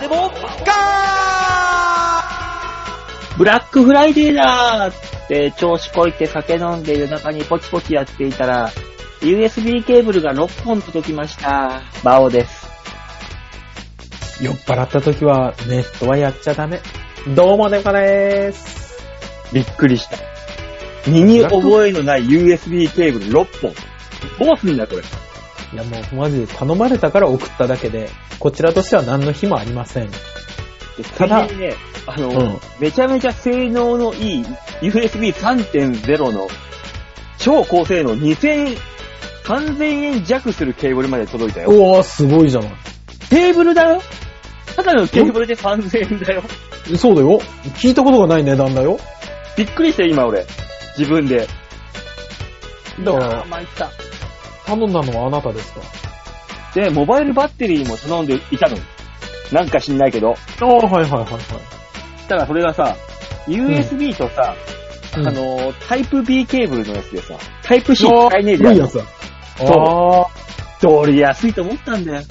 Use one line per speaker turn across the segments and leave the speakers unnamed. でも、ガ
ブラックフライデーだーって調子こいて酒飲んで夜中にポチポチやっていたら、USB ケーブルが6本届きました。バオです。
酔っ払った時はネットはやっちゃダメ。どうも、デカです。
びっくりした。身に覚えのない USB ケーブル6本。どうすんだこれ。
いや、もうマジで頼まれたから送っただけで、こちらとしては何の日もありません。
た
ただ
だ、ね、あの、
うん
めちゃめちゃ性能のいい USB3.0 の超高性能2000、3000円弱するケーブルまで届いたよ。
おー、すごいじゃな
ケーブルだよただのケーブルで3000円だよ。
い。そうだよ。聞いたことがない値段だよ。
びっくりしたよ今俺。自分で。
だか
あ
ら、
参った。
頼んだのはあなたですか。
で、モバイルバッテリーも頼んでいたの。なんか知んないけど。
あー、はいはいはいはい。
ただそれがさ、USB とさ、
うん
あのー、タイプ B ケーブルのやつでさ、タイプ C
あー
使えねえじゃん。
古いやつだ。
う
あ
道理安いと思ったんだよ。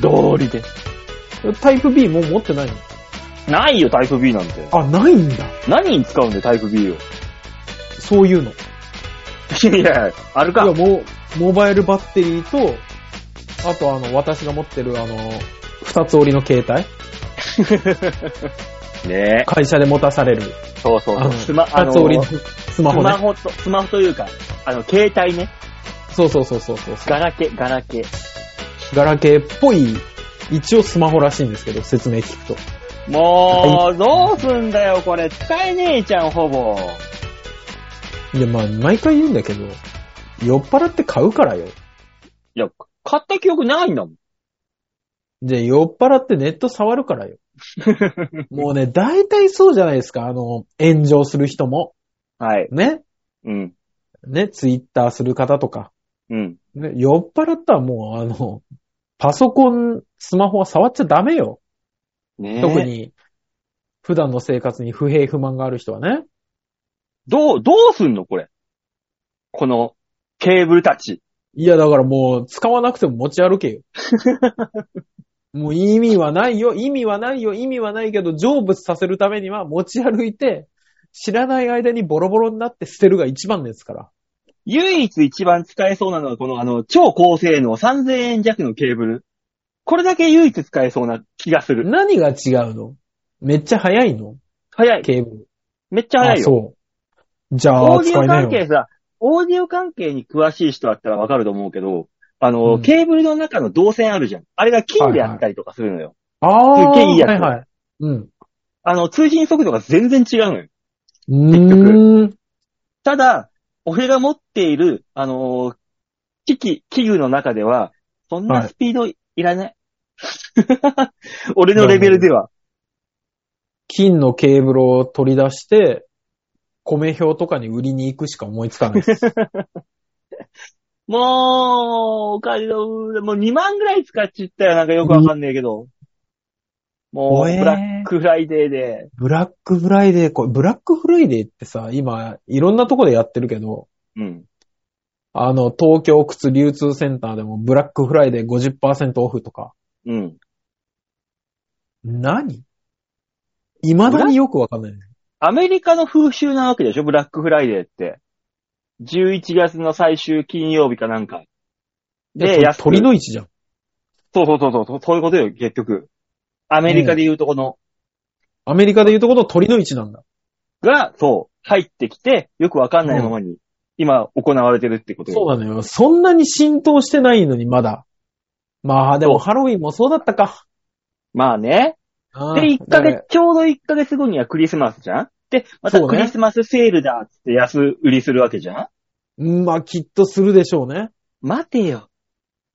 道理で。
ー。タイプ B もう持ってないの
ないよ、タイプ B なんて。
あ、ないんだ。
何に使うんだよ、タイプ B を。
そういうの。
いや、ある
いや、
か。
もう、モバイルバッテリーと、あとあの、私が持ってるあの、二つ折りの携帯
ね
会社で持たされる。
え。そうそう
あ
そう。
の、
スマ、あ
二
の、
つ折りの
ス
スマホ
マ
ね。
ホと、スマホというか、あの、携帯ね。
そうそうそうそうそう。
ガラケ、ガラケ。
ガラケーっぽい、一応スマホらしいんですけど、説明聞くと。
もう、どうすんだよ、これ。使えねえじゃん、ほぼ。
いや、まあ、毎回言うんだけど、酔っ払って買うからよ。
いや、買った記憶ないんだもん。
じゃあ酔っ払ってネット触る からよ。もうね、大体そうじゃないですか。あの、炎上する人も。
はい。
ね。
うん。
ね、ツイッターする方とか。
うん。
ね、酔っ払ったらもう、あの、パソコン、スマホは触っちゃダメよ。
ねえ
特。に、普段の生活に不平不満がある人はね。
どう、どうすんの、これ。この、ケーブルたち。
いや、だからもう、使わなくても持ち 歩けよ。もう意味はないよ、意味はないよ、意味はないけど、成仏させるためには持ち歩いて、知らない間にボロボロになって捨てるが一番ですから。
唯一一番使えそうなのは、このあの、超高性能3000円弱のケーブル。これだけ唯一使えそうな気がする。
何が違うのめっちゃ早いの
早い。
ケーブル。
めっちゃ早い
あ
よ。
そう。じゃ
オ
あ、
ーディ
使
オ
えない
関
よ
係。さ、オーディオ関係に詳しい人だったらわかると思うけど、あの、
うん
ケーブルの中の導線あるじゃん。あれが金であったりとかするのよ。
ああ、
すっげえいいやつ
はいはい。うん。
あの、通信速度が全然違うのよ。
うーん。
ただ、俺が持っている、あのー機器、器具の中では、そん
は
ないスピードいらない。 俺のレベルでは。
金のケーブルを取り出して、米表とかに売りに行くしか思いつかない。
もう、お金の、もう2万ぐらい使っちったよ。なんかよくわかんねえけど。もう、
おえー
ブラックフライデーで。
ブラックフライデー、これ、ブラックフライデーってさ、今、いろんなとこでやってるけど、
うん。
あの、東京靴流通センターでもブラックフライデー50%オフとか。
うん。
何未だによくわかんない。
アメリカの風習なわけでしょブラックフライデーって。11月の最終金曜日かなんか。で、
や
安く
鳥の市じゃん。
そうそうそうそう、そういうことよ、結局。アメリカで言うとこの、
アメリカで言うとこの鳥の市なんだ。
が、そう、入ってきて、よくわかんないままに、今行われてるってこと
そう
よ。
なのよ。そんなに浸透してないのに、まだ。まあ、でもハロウィンもそうだったか。
まあね。
あー
で、1ヶ
だか
月、ちょうど1ヶ月後にはクリスマスじゃんで、また
そう
ク
ね
リスマスセールだっつって安売りするわけじゃん
らまあ、きっとするでしょうね。
待てよ。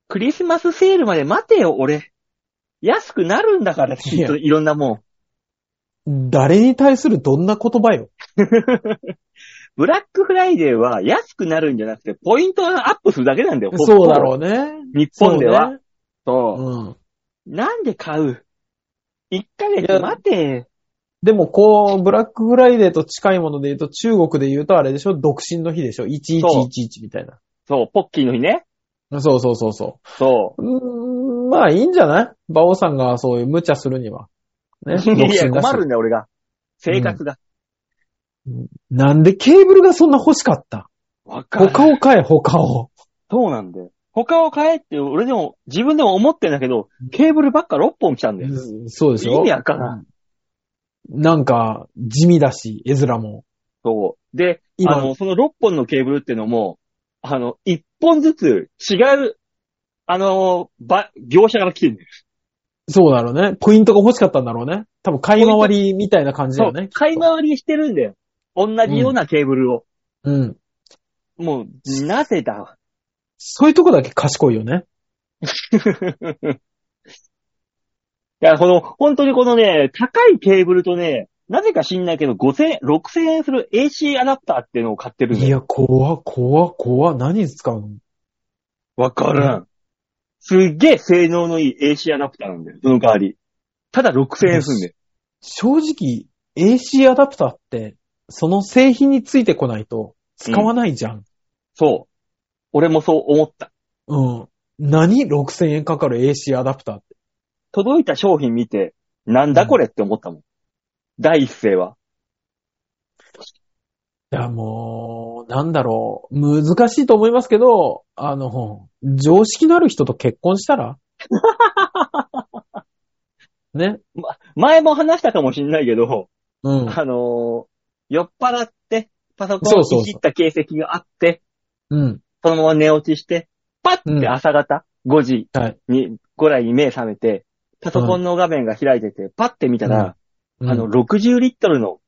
クリスマスセールまで待てよ、俺。安くなるんだから、きっといろんなもん。
誰に対するどんな言葉よ。
ブラックフライデーは安くなるんじゃなくて、ポイントがアップするだけなんだよ、ほ
そうだろうね。
う。日本では。
そう
そう。
ね。うん。
なんで買う ?1 ヶ月待て。
でも、こう、ブラックフライデーと近いもので言うと、中国で言うとあれでしょ独身の日でしょ ?1111 みたいな。
そう、ポッキーの日ね。
そうそうそうそ
そう。
う。うーん、まあいいんじゃない馬王さんがそういう無茶するには。
い
ね。
や、
独身だし
困るんだよ、俺が。生活が。
なんでケーブルがそんな欲しかった
わ、かる。
他を買え、他を。
そうなんだよ。他を買えって、俺でも、自分でも思ってんだけど、ケーブルばっか6本来たんだよ。
そうでしょ
意味わからん。
なんか、地味だし、絵面も。
そう。で、
今
あの、その6本のケーブルってのも、あの、1本ずつ違う、あの、ば、業者から来てるんだよ。
そうだろうね。ポイントが欲しかったんだろうね。多分買い回りみたいな感じだ
そ
よ
う、
ね。
買い回りしてるんだよ。同じようなケーブルを。
うん。
もう、なぜだ わ。
そういうとこだけ賢いよね。
いや、この、本当にこのね、高いケーブルとね、なぜか知んないけど、5000円、6000円する AC アダプターっていうのを買ってるんだ
い
よ。
や、怖、怖、怖。何に使うの
わからん。すっげえ性能のいい AC アダプターなんだよ。その代わり。ただ6000円すんだよ。
正直、AC アダプターって、その製品についてこないと使わないじゃん。
そう。俺もそう思った。
うん。何 ?6000 円かかる AC アダプターって。
届いた商品見て、なんだこれって思ったもん。第一声は。
いや、もう、なんだろう。難しいと思いますけど、あの、常識のある人と結婚し たらね。
前も話したかもしんないけど、
うん。
あのー酔っ払って、パソコン
そ
を
うそうそう
いじった形跡があって、
うん。
そのまま寝落ちして、パッ
う
て
ん
朝方、5時
はい。
に、ぐらいに目覚めて、パソコンの画面が開いてて、パッて見たら、
うん
あの、、60リットルの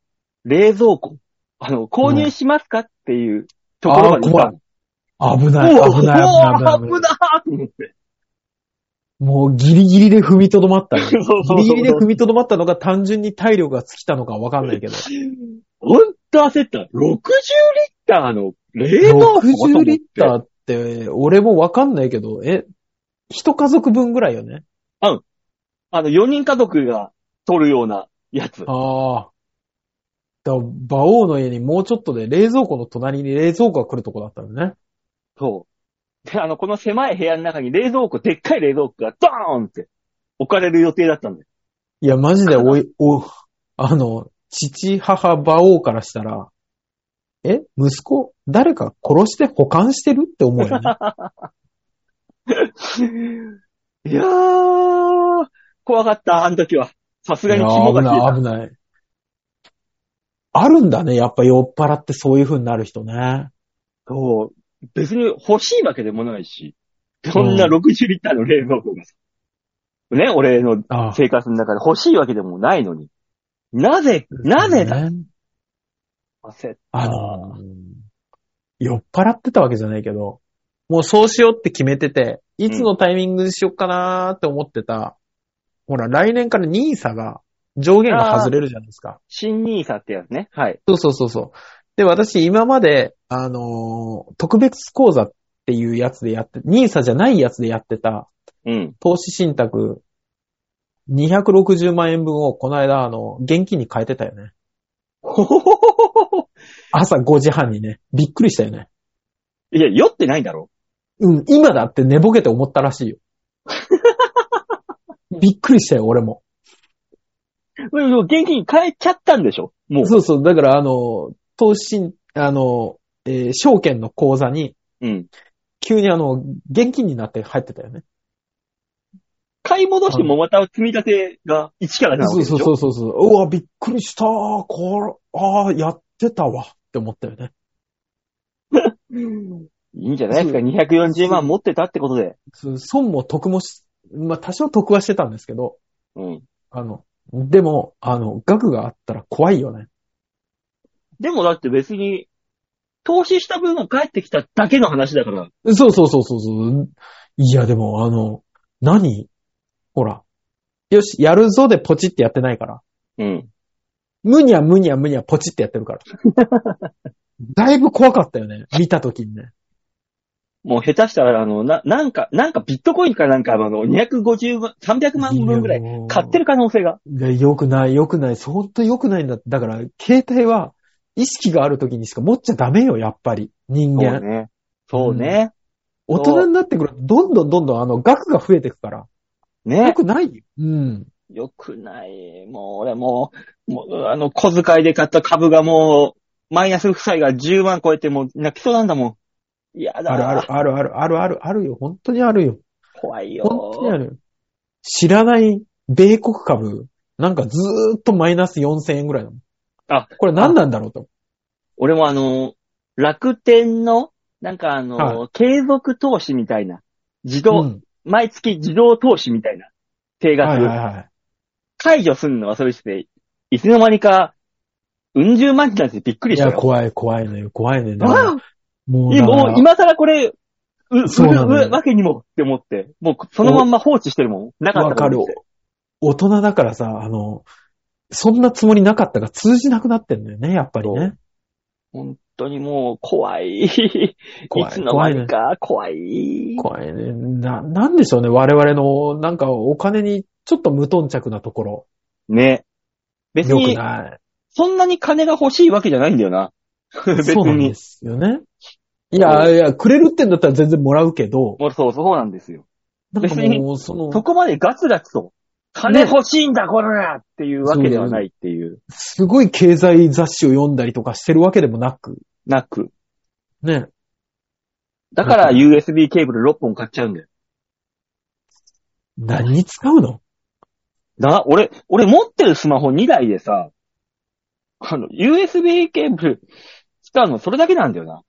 冷蔵庫、あの、購入しますかっていうところまで行ったの
危ない、危ない、危ない、
お
危
ー
ない。
危ないって
もうギリギリで踏みとどまったよ。
そうそうそう
ギリギリで踏みとどまったのが単純に体力が尽きたのかわかんない けど。
ほんと焦った。60リッターの冷蔵庫
60リッター
ー
って、俺もわかんないけど、え、一家族分ぐらいよね。
あの、4人家族が取るようなやつ。
ああ。だから、馬王の家にもうちょっとで冷蔵庫の隣に冷蔵庫が来るとこだったのね。
そう。で、あの、この狭い部屋の中に冷蔵庫、でっかい冷蔵庫がドーンって置かれる予定だったんだよ。
いや、マジでおい、お、あの、父、母、馬王からしたら、え、息子、誰か殺して保管してるって思うよね。
いやー、怖かった、あの時は。さすがに肝が冷え
いや
た。
危ない、危ない。あるんだね。やっぱ酔っ払ってそういう風になる人ね。
そう。別に欲しいわけでもないし、そんな
うん
60リッターの冷蔵庫がさ、ね、俺の
あ
生活の中で欲しいわけでもないのに。なぜ、なぜだ、
ね
焦った
あの、酔っ払ってたわけじゃないけど、もうそうしようって決めてて、いつのタイミングにしよっかなーって思ってた、ほら、来年からニーサが、上限が外れるじゃないですか。
新ニーサってやつね。はい。
そうそうそうそう。で、私今まで、あのー特別講座っていうやつでやって、ニーサじゃないやつでやってた、
うん。
投資信託260万円分をこの間、あの、現金に変えてたよね。
ほほほほほほ
朝5時半にね。びっくりしたよね。
いや、酔ってないだろ。
うん、今だって寝ぼけて思ったらしい よ。びっくりしたよ、俺も。
でも現金変えちゃったんでしょもう。
そうそう、だからあの、投資信、あの、えー証券の口座に、
うん。
急にあの、現金になって入ってたよね。
買い戻してもまた積み立てが1からなわけ
そう
でし
そ
ょ
うそうそうそう。うわ、びっくりしたこれ、ああ、やってたわ。って思ったよ ね。
いいんじゃないですか。240万持ってたってことで。
そう損も得もし、まあ、多少得はしてたんですけど、
うん。
あの、でも、あの、額があったら怖いよね。
でもだって別に、投資した分が返ってきただけの話だから。
そうそうそうそうそう。いや、でも、あの、何ほら。よし、やるぞでポチってやってないから。
うん。
むにゃむにゃむにゃポチってやって るから。だいぶ怖かったよね。見た時にね。
もう下手したら、あの、な、なんか、なんかビットコインかなんか、あの、250万、300万分ぐらい買って
る。
る可能性が。
いや、よくない、よくない。ほんとよくないんだって。だから、携帯は、意識がある時にしか持っちゃダメよ、やっぱり。人間。
ね。そうね。
大人になってくると、どんどんどんどんあの、額が増えてくから。よ
ね。
くないよ。うん。
よくない。もう俺もう、もう、あの、小遣いで買った株がもう、マイナス負債が10万超えてもう泣きそうなんだもん。いやだ。
あるある、あるある、あるある、あるよ。本当にあるよ。
怖い
本当にあ
よ。
るよ。知らない米国株、なんかずーっとマイナス4000円ぐらいだもん。
あ、
これ何なんだろうと。
俺もあの、楽天の、なんかあの、
は
継続投資みたいな、自
う
動、
ん。
毎月自動投資みたいな、定額、
はいはいはい。
解除すんの忘れてて、いつの間にか、うん十万になってびっくり
い
した
や、
よ。
怖い、怖いね。怖いね。だから
あ
も
いやもう今更これ、う、売
そうなのよ
るわけにもって思って、もうそのまんま放置してるもん。なかった
わか
と
る
思って。
大人だからさ、あの、そんなつもりなかったが通じなくなってんだよね、やっぱりね。
本当にもう怖い。い
怖い
つの間
怖いね
にか怖い。
怖いね。な、なんでしょうね。我々の、なんかお金にちょっと無頓着なところ。
ね。別
良く
に、
ない。
そんなに金が欲しいわけじゃないんだよな。別
そうなん
に
で。すよね。いや、いや、くれるってんだったら全然もらうけど、
もうそう、そうなんですよ。
なんか
別
もう、
に
そ
そ
の、
こまでガツガツと、金欲しいんだ、これらっていうわけではないっていう。
すごい経済雑誌を読んだりとかしてるわけでもなく、
なく。
ね。
だから USB ケーブル6本買っちゃうんだよ。
何に使うの
な、俺、俺持ってるスマホ2台でさ、あの、USB ケーブル使うのそれだけなんだよな。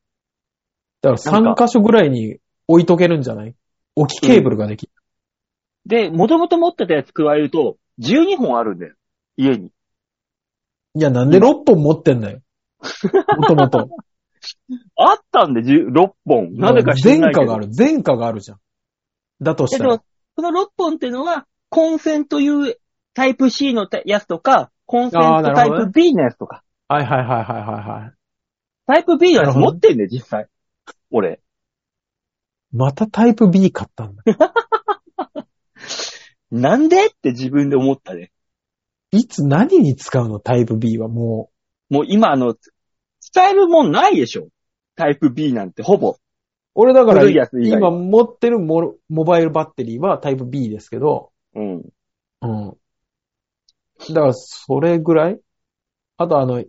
だから3箇所ぐらいに置いとけるんじゃない置きケーブルができる。
で、もともと持ってたやつ加えると、12本あるんだよ。家に。
いや、なんで6本持ってんだよ。もともと。
あったんで、10 6本。 なぜか知ら
前
ないけ
科
ど。
がある。前科があるじゃん。だとし
え
た
で
ら
も。、その6本っていうのは、コンセント U、タイプ C のやつとか、コンセン
あ
ト
ーなる
タイ
ほどね
プ B のやつとか、
はいはいはいはいはいはい。
タイプ B のやつ
なるほ
持
ど
ってんね、実際。俺。
またタイプ B 買ったん だ。
なんでって自分で思ったね。
いつ何に使うのタイプ B はも
もう今あの、使えるもんないでしょ。タイプ B なんてほぼ。
う。俺だから
古いやつ以外
今持ってるモロモバイルバッテリーはタイプ B ですけど、
うん。
うん。だからそれぐらいあとあの、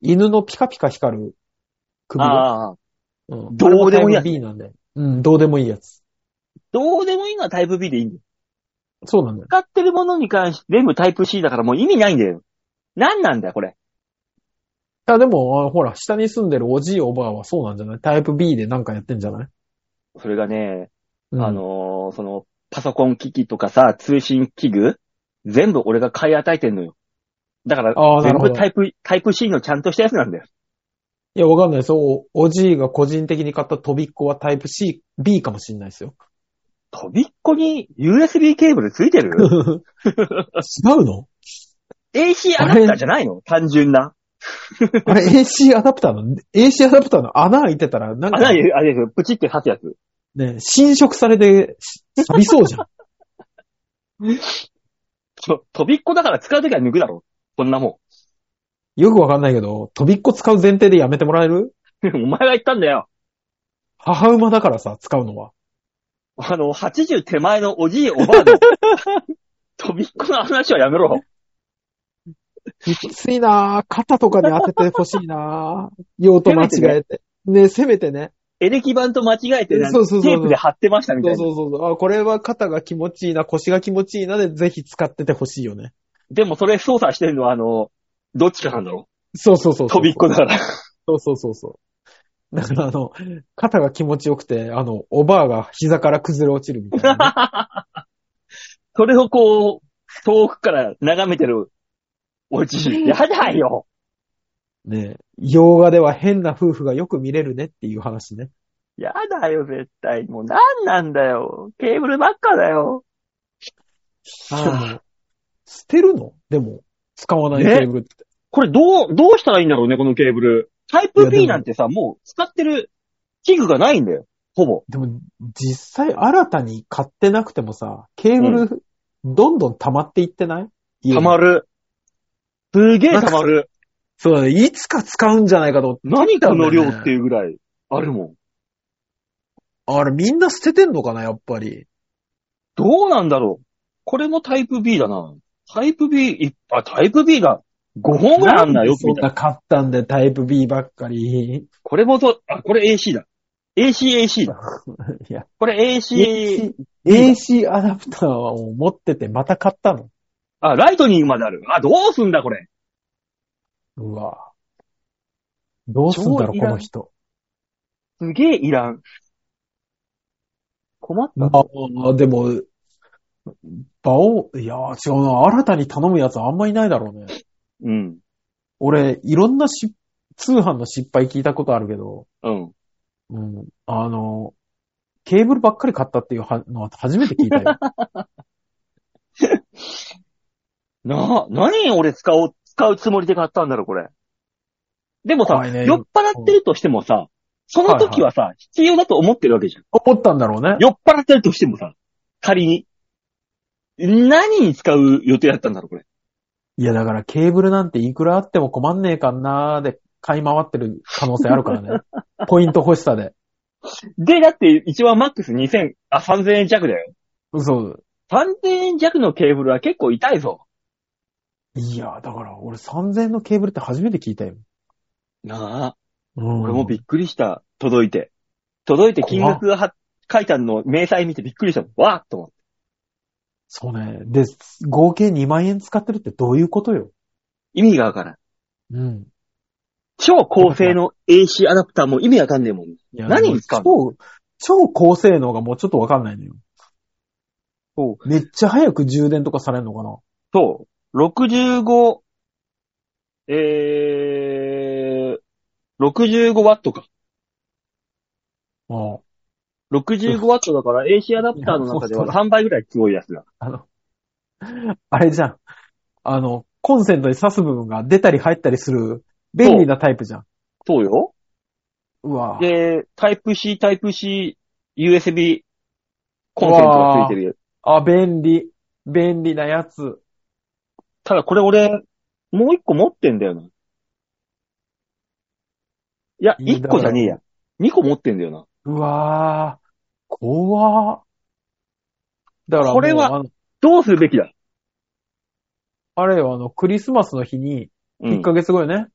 犬のピカピカ光る首輪。
ああ。
うん
どうでもいいや
あれもタイプ
つ
B なんで。うん、どうでもいいやつ。
どうでもいいのはタイプ B でいいんだよ。
そうなんだよ。
使ってるものに関して全部タイプ C だからもう意味ないんだよ。なんなんだよ、これ。
いや、でも、あほら、下に住んでるおじいおばあはそうなんじゃないタイプ B でなんかやってんじゃない、
それがね、
うん
あ、のーその、パソコン機器とかさ、通信器具、全部俺が買い与えてんのよ。だから、
あーな
全
るほど
部タイプ、タイプ C のちゃんとしたやつなんだよ。
いや、わかんないですお、おじいが個人的に買った飛びっ子はタイプ C、B かもしんないですよ。
飛びっこに USB ケーブルつい て
違
る
うの
?AC ア
あ
ダ
れ
プターじゃないの単純な。
あれ、AC アダプターの、AC アダプターの穴開いてたら、なん
あ、
か
な、にあれですよ。プチって刺すやつ。
ね、侵食されて、し錆びそう じゃん。
そう飛びっこだから使うときは抜くだろ。こんなも
よくわかんないけど、飛びっ子使う前提でやめてもらえる
ん。 お前が言ったんだよ。
母馬だからさ、使うのは。
あの、80手前のおじいおばあ の、飛びっこの話はやめろ。
きついなぁ。肩とかに当ててほしいなぁ。 用途間違えて。ね、せめてね。
エレキ板と間違えてなんか
そうそうそうそう
テープで貼ってましたみたい
そう
な。
そうそうそう。あ、これは肩が気持ちいいな、腰が気持ちいいなで、ぜひ使っててほしいよね。
でもそれ操作してるのは、あの、どっちかなんだろ
そうそうそう
う
そう。
飛びっこだから。
そうそうそうそう。だからあの、肩が気持ちよくて、あの、おばあが膝から崩れ落ちるみたいなね、
それをこう、遠くから眺めてるおじい。やだよ
ねえ洋画では変な夫婦がよく見れるねっていう話ね。
やだよ、絶対。もう何なんだよ。ケーブルばっかだよ。
あの捨てるのでも、使わないケーブルって。
これどう、どうしたらいいんだろうね、このケーブル。タイ
い
プ
やで
B
も
なんてさ、もう使ってる器具がないんだよ。ほぼ。
でも、実際新たに買ってなくてもさ、ケーブル、どんどん溜まっていってない
溜ま
る。
る。すげえ溜まる。
そうだね。いつか使うんじゃないかと思って。
何この量って
う。
いうぐらいあるもん。
あれ、みんな捨ててんのかな、やっぱり。
どうなんだろう。これもタイプ B だな。タイプ B、いあ、タイプ B が5本ぐらいあんだよ、
そ
み
ん
たいな。
な買ったんでタイプ B ばっかり。
これもと、あ、これ AC だ。AC、AC だ。
いや、
これ AC、
AC、AC アダプターはもう持っててまた買ったの。
あ、ライトニングまである。あ、どうすんだ、これ。
うわどうすんだ
超
ろう、
い
こ
らん
の人。
すげえいらん。困った。
まあ、でも、バオ、いやー違うな。新たに頼むやつあんまいないだろうね。
うん。
俺、いろんなし、通販の失敗聞いたことあるけど、
うん。
うん。あの、ケーブルばっかり買ったっていうはのは初めて聞いた よ。
な、何俺使おう、使うつもりで買ったんだろう、これ。でもさ、
怖いね
酔っ払ってるとしてもさ、その時はさ、必要だと思ってるわけじゃん。
思ったんだろうね。
酔っ払ってるとしてもさ、仮に。何に使う予定だったんだろう、これ。
いや、だからケーブルなんていくらあっても困んねえかなーで買い回ってる可能性あるか らね。ポイント欲しさで。
で、だって一番マックス2000、あ、3000円弱だよ。
嘘。
3000円弱のケーブルは結構痛いぞ。
いや、だから俺3000円のケーブルって初めて聞いたよ。
なあ、
うん
俺もびっくりした。届いて。届いて金額がは書いてあるのを明細見てびっくりしたもん。わーっと思って。
そうね。で、合計2万円使ってるってどういうことよ。
意味がわからん。
うん。
超高性能 AC アダプターも意味わかんねえもん。
いや
何に使う
超、超高性能がもうちょっとわかんないのよ。
そ
めっちゃ早く充電とかされるのかな
そう。65、えー、65ワットか。
ああ
65ワットだから AC アダプターの中では3倍ぐらい強いやつだ。
あの、あれじゃん。あの、コンセントに挿す部分が出たり入ったりする便利なタイプじゃん。
そうよ。
うわぁ
で、タイプ C、タイプ C、USB コンセントがついてるやつ。
あ、便利。便利なやつ。
ただこれ俺、もう一個持ってんだよな。いや、
いい
一
だろ
個じゃねえや。二個持ってんだよな。
うわぁ怖ぁだからもう、
これは
あの、
どうするべきだ
あれよ、あの、クリスマスの日に、
う
1
ん。
ヶ月後よね、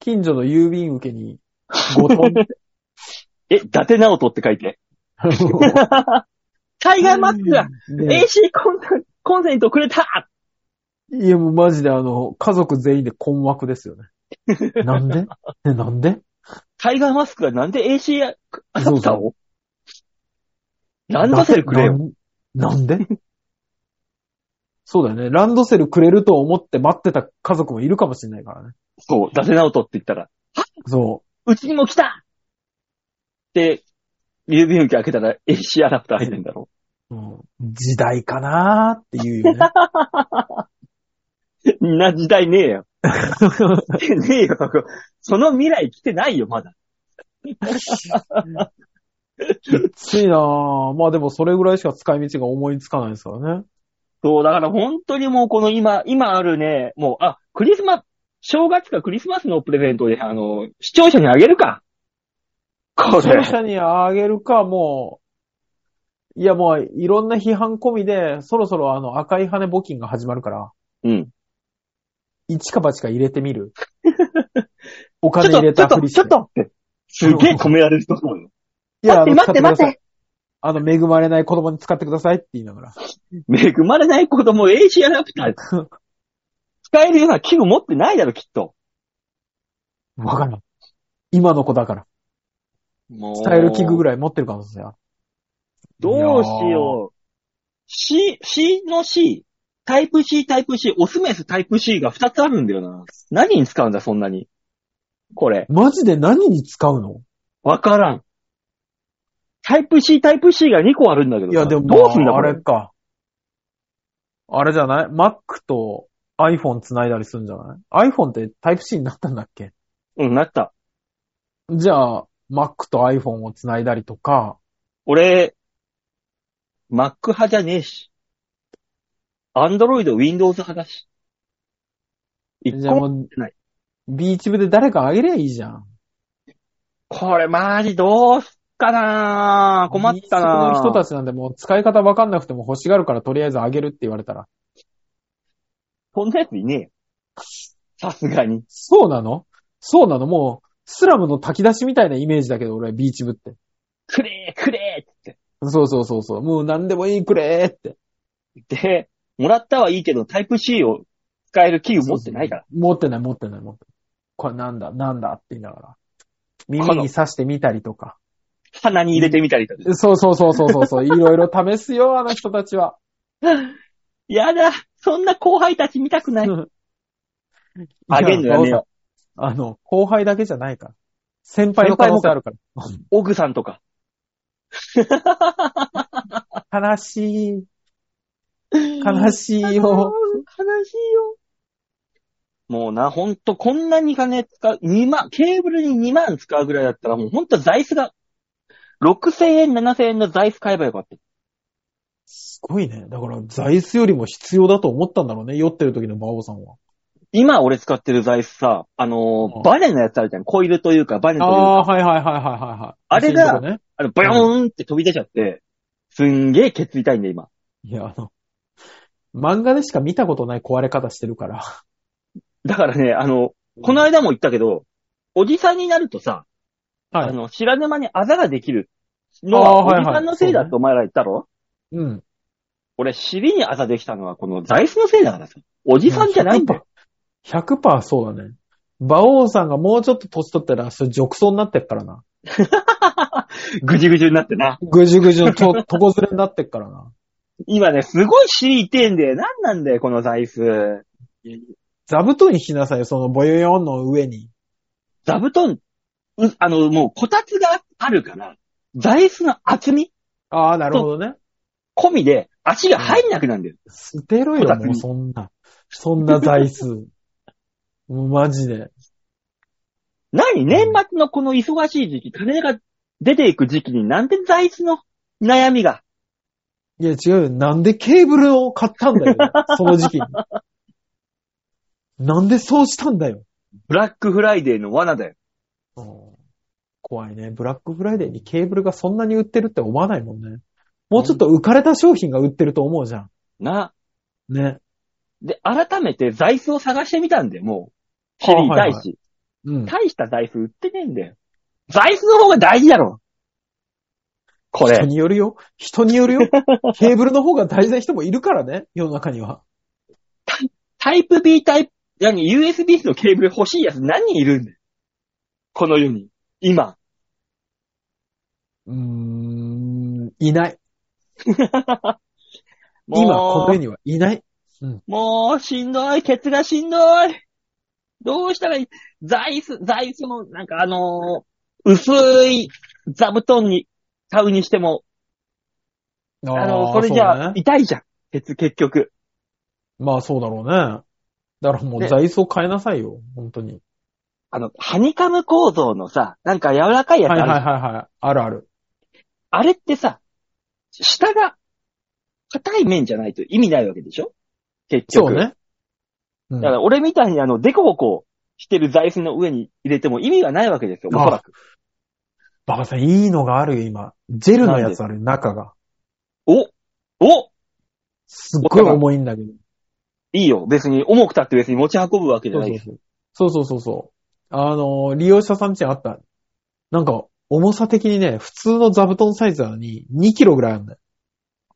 近所の郵便受 けに、ごとんって。
え、伊達直人って書いて。タイガーマックだ
で
AC コンセント、コンセントくれた
いや、もうマジであの、家族全員で困惑です よね。なんでね、なんで
タイガーマスクがなんで AC アダ
そう
プター
そ
をランドセルくれよ。
ななんでそうだよね。ランドセルくれると思って待ってた家族もいるかもしれないからね。
そう、伊達直人って言ったら、
そう
ちにも来たって、郵便受け開けたら AC アダプター入ってんだろ。
う。うん、時代かなーっていうよね。
んな時代ねえよ。 ねえよ、そこその未来来てないよ、まだ。
きついなーまあでもそれぐらいしか使い道が思いつかないですからね。
そう、だから本当にもうこの今、今あるね、もう、あ、クリスマス、正月かクリスマスのプレゼントで、あの、視聴者にあげるか。こ
視聴
れ。
者にあげるか、もう、いやもういろんな批判込みで、そろそろあの赤い羽募金が始まるから、
うん。
一か八か入れてみ る。お
ち
金
ょっ
入
と、
れ
ちょ
た
っと
ふ、りして。
ちょっとって。すげえ止められると思うよ。
いや、
待って待って
あの使ください
待って。
あの、恵まれない子供に使ってくださいって言いながら。
恵まれない子供 AC アダプター。使えるような器具持ってないだろ、きっと。
わからん。今の子だから。
も
使える器具ぐ
らい。
らい持ってる可能性ある。
どうしよう。C、C の C。タイプ C、タイプ C。オスメスタイプ C が2つあるんだよな。何に使うんだ、そんなに。これ。
う。マジで何に使うの
わからん。タイプ C、タイプ C が2個あるんだけど
い
さ。
や、でも、
どうすんだ、
まあ
こ
あ
れ
れ。か。あれじゃない ?Mac と iPhone 繋いだりするんじゃない ?iPhone って Type-C になったんだっけ
うん、なった。
じゃあ、Mac と iPhone を繋いだりとか、
俺、Mac 派じゃねえし。Android、Windows 派だし。一
じゃあ
個、
もう
ない、
ビーチ部で誰かあげりゃいいじゃん。
これマジどうすかなぁ。困ったなぁ。
その人たちなんでもう使い方わかんなくても欲しがるからとりあえずあげるって言われたら。
そんなやついねえよ。さすがに。
そうなのそうなのもう、スラムの炊き出しみたいなイメージだけど、俺、ビーチ部って。
くれーくれーって
そうそうそうそう。もう何でもいいくれーって。
言って、もらったはいいけど、タイプ C を使える器具持ってないから。
持ってない持ってない持ってない。これなんだなんだって言いながら。耳に刺してみたりとか。
鼻に入れてみたりとか。
そうそうそうそうそうそ う。いろいろ試すよ、あの人たちは。
やだそんな後輩たち見たくない。あげんのやめよ
あの、後輩だけじゃないから。先輩の可能性あるから。
オグさんとか。
悲しい。悲しいよ。。
悲しいよ。もうな、ほんと、こんなに金使う、2万、ケーブルに2万使うぐらいだったら、もうほんと座椅子が、6000円、7000円の座椅子買えばよかった。
すごいね。だから、座椅子よりも必要だと思ったんだろうね。酔ってる時の馬王さんは。
今俺使ってる座椅子さ、あの
うん
ー、バネのやつあるじゃん。コイルというか、バネというか、
ああー、はいはいはいはいはいはい。
あれが
そういうとこね、
あの、バヨーンって飛び出ちゃって、すんげえケツ痛いんだ、今。
いや、あの、漫画でしか見たことない壊れ方してるから。
だからね、あの、この間も言ったけど、おじさんになるとさ、
は
あ
い。
の、知らぬ間にあざができるのは、
あーはい
お
はい
じさんのせいだってお前ら言ったろ、
うん。
俺、尻にあざできたのは、この座椅子のせいだからさ。おじさんじゃないんだよ。
100%。100%そうだね。馬王さんがもうちょっと年取ったら、それ褥瘡になってっからな。
ぐじゅぐじゅになってな。
ぐじゅぐじゅの と、とこずれになってっからな。
今ね、すごい尻痛えんだよ。なんなんだよ、この座椅子。
座布団にしなさいよ、そのボヨヨンの上に。
座布団、うあの、もう、こたつがあるから、座椅子の厚み
ああ、なるほどね。
込みで、足が入んなくなるんだよ。
捨てろ
こ
よ、
たつに
もうそんな。そんな座椅子。 もうマジで。
何年末のこの忙しい時期、金が出ていく時期になんで座椅子の悩みが。
いや、違うよ。なんでケーブルを買ったんだよ。その時期に。 なんでそうしたんだよ。
ブラックフライデーの罠だよ。
怖いね。ブラックフライデーにケーブルがそんなに売ってるって思わないもんね。もうちょっと浮かれた商品が売ってると思うじゃん。
な。
ね。
で、改めて座椅子を探してみたんだよ、もう。尻
は
痛
い
い
はい
し。
うん。
大した座椅子売ってねえんだよ。座椅子の方が大事だろ。こ
人
れ。
によるよ。人によるよ。 ケーブルの方が大事な人もいるからね。世の中には。
タイプ B タイプ、何、USB のケーブル欲しいやつ何人いるんだよ。この世に。今。
うーん、いない。
もう
今、この世にはいない。
もう、しんどい。ケツがしんどい。どうしたらいい座椅子、座椅子も、なんかあのー薄い座布団に買うにしても、
あ
あの
ー
それじ
そう
ゃあ、
ね
痛いじゃん。ケツ結局。
まあそうだろうね。だからもう
ね
座椅子を変えなさいよ。本当に。
あの、ハニカム構造のさ、なんか柔らかいやつあ
は
る
い
じゃ
は
ん
いはいはい。あるある。
あれってさ、下が硬い面じゃないと意味ないわけでしょ結
そ
局。
う。ね。うん
だから俺みたいにあの、デコボコしてる座椅子の上に入れても意味がないわけですよ、お
あ
そらく。
バカさん、いいのがあるよ、今。ジェルのやつあるよ、中が。
おお
すっごい重いんだけど。
いいよ。別に重くたって別に持ち運ぶわけじゃないです。
そうそうそうそう。あのー、利用者さんちにあった。なんか、重さ的にね、普通の座布団サイズなのに2キロぐらいあるんだよ。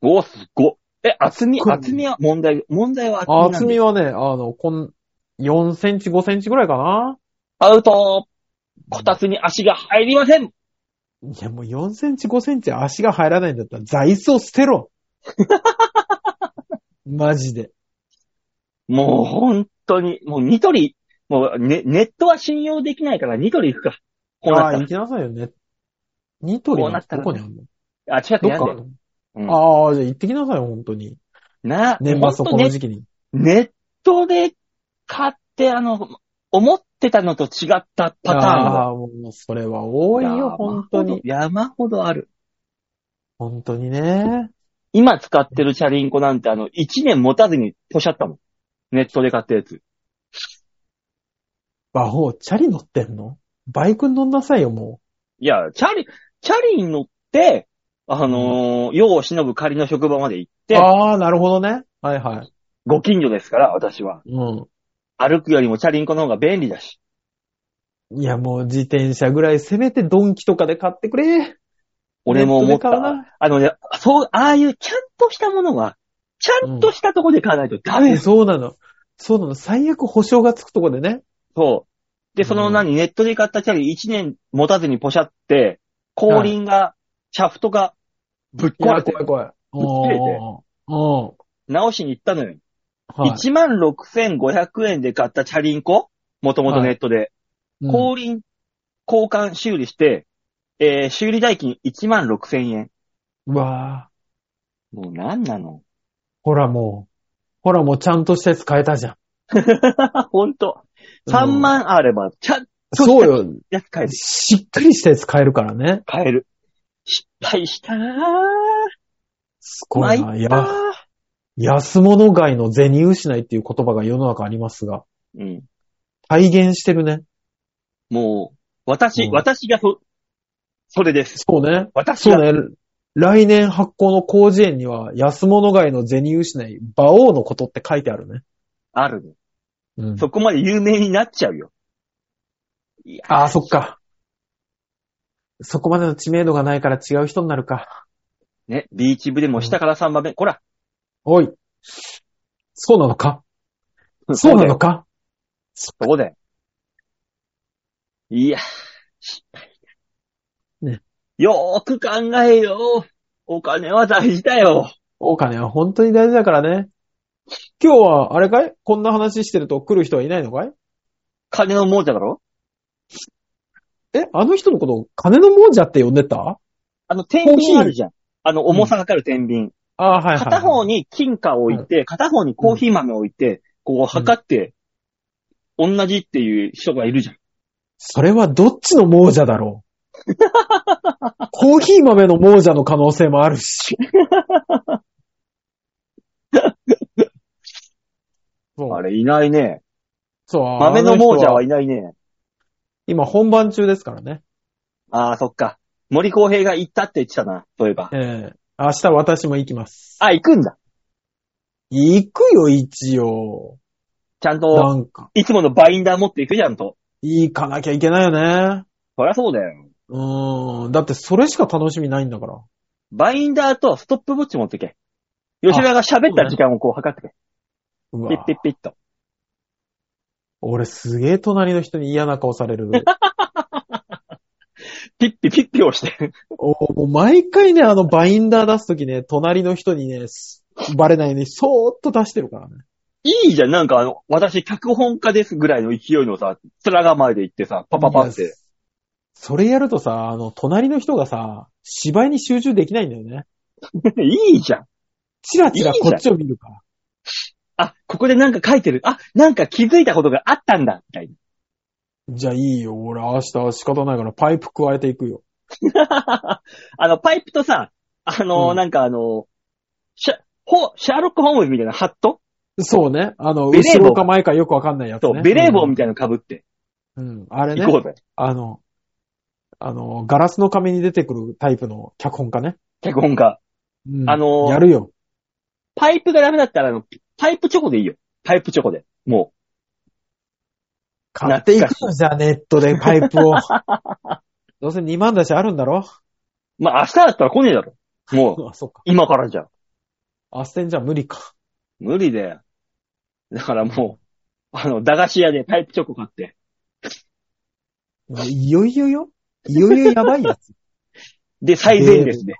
おおすっご。え、厚み、
すっごい
厚みは問題、問題は厚みなんだ
厚みはね、あの、こん、4センチ、5センチぐらいかな。
アウトこたつに足が入りません
いや、もう4センチ、5センチ足が入らないんだったら座椅子を捨てろ。 マジで。
もう本当に、もうニトリ、もうね、ネットは信用できないからニトリ行くか。こうなっ
あ
た
あー、
ら
行きなさいよね。ニトリなんてどこにあるの
あ、違って
どっ
やん
か
だよ
あるの
うん
ああ、じゃあ行ってきなさいよ、本当に。
な、
年
ほ
末の
んと
こ
ね
の時期に。
ネットで買って、あの、思ってたのと違ったパターンが
ああ、もう、それは多いよ、本当に。
山ほどある。
本当にね。
今使ってるチャリンコなんてあの、1年持たずにポシャったもん。ネットで買ったやつ。
バホ、チャリ乗ってんのバイクに乗んなさいよ、も
いや、チャリ、チャリに乗って、あのー、世を忍ぶ仮の職場まで行って、
ああ、なるほどね。はいはい。
ご近所ですから、私は。
う
歩くよりもチャリンコの方が便利だし。
ん。いや、もう自転車ぐらいせめてドンキとかで買ってくれ。
俺も思っ
ネットで買う
た
な。
あのね、そう、ああいうちゃんとしたものは、ちゃんとしたとこで買わないとダメです。
そうなの。そうなの。最悪保証がつくとこでね。
そう。で、その何、ネットで買ったチャリ1年持たずにポシャって、後輪が、シャフトが、ぶっ
いや
壊れて
怖い、怖い。
ぶっ切れて
お
直しに行ったのよ。
ー。はい。
16,500円で買ったチャリンコもともとネットで。
うん
後輪交換修理して、えー修理代金16,000円。
うわー
もう何なの
ほらもう。ほらもうちゃんとしたやつ変えたじゃん。
ほんと。
うん
3万あれば、ちゃんと
そうよ。
安く買える。
しっかりしたやつ変えるからね。
買える。失敗したなぁ。
すごい
参
な。
っ
い
た
や、安物買いの銭失いっていう言葉が世の中ありますが、
うん。
体現してるね。
もう、私、
うん
私がそ、それです。
そうね。
私
そう
が。
ね。来年発行の工事園には、安物買いの銭失い、馬王のことって書いてあるね。
あるの。
うん。
そこまで有名になっちゃうよ。いや
ああ、そっか。そこまでの知名度がないから違う人になるか。
ね、ビーチ部でも下から3番目。こら。
おい。そうなのかそうなのか
そこで。いや、失敗だ。
ね。
よーく考えよう。お金は大事だよ。
お金は本当に大事だからね。今日は、あれかいこんな話してると来る人はいないのかい
金の亡者だろ
え、あの人のことを金の亡者って呼んでた
あの、天秤あるじゃん。あの、重さがかかる天秤。
ああ、はいはいはい。
片方に金貨を置いて、片方にコーヒー豆を置いて、こう測って、同じっていう人がいるじゃん。
それはどっちの亡者だろ うコーヒー豆の亡者の可能性もあるし。 そ
あ
う、
れ、いないね。
そう、
豆の亡者はい
あ人
ないね。
今本番中ですからね。
ああ、そっか。森公平が行ったって言ってたな、そういえば。
ええ明日私も行きます。
あ、行くんだ。
行くよ、一応。
ちゃん
な
と、
んか、
いつものバインダー持っていくじゃんと。
行かなきゃいけないよね。
そりゃそうだよ。
うーん。だってそれしか楽しみないんだから。
バインダーとストップウォッチ持ってけ。吉田が喋った時間をこう測ってけ。
う
ピッ
わ
ピッピッと。
俺すげえ隣の人 に嫌な顔される。
ピッピピッピをして。
おもう毎回ね、あのバインダー出すときね、隣の人にね、すバレないようにそーっと出してるからね。
いいじゃん、なんかあの、私、脚本家ですぐらいの勢いのさ、面構えで行ってさ、パパパっ
いや
て。。
それやるとさ、あの、隣の人がさ、芝居に集中できないんだよね。
いいじゃん。
チラチラ
いいじゃ
こ
ん
っちを見るから。
あ、ここでなんか書いてる。あ、なんか気づいたことがあったんだ。み たい
じゃあいいよ、俺明日仕方ないからパイプ加えていくよ。
な。あの、パイプとさ、あの、
うん
なんかあの、シャ、ほ、シャーロック・ホームズみたいなハット
そうね。あの、
ベレー
後
帽
ろか前かよくわかんないやつ、ね。
と、ベレー帽み
た
たいなの被って、
いな。うん、あれね
行。こうぜ。
あの、あの、ガラスの壁に出てくるタイプの脚本家ね。
脚本家。
うん、
あのー
やるよ。
パイプがダメだったら、あの、パイプチョコでいいよ。パイプチョコで。も
買っていくよ、 じゃあネットでパイプ を。どうせ2万だしあるんだろ
う。まあ、明日だったら来ねえだろ。もう、
あ、そっか。
今からじゃん。
あっせんじゃ無理か。
無理だよ。だからもう、あの、駄菓子屋でパイプチョコ買って。
いよいよよ。いよいよやばいやつ。
で、最前列で。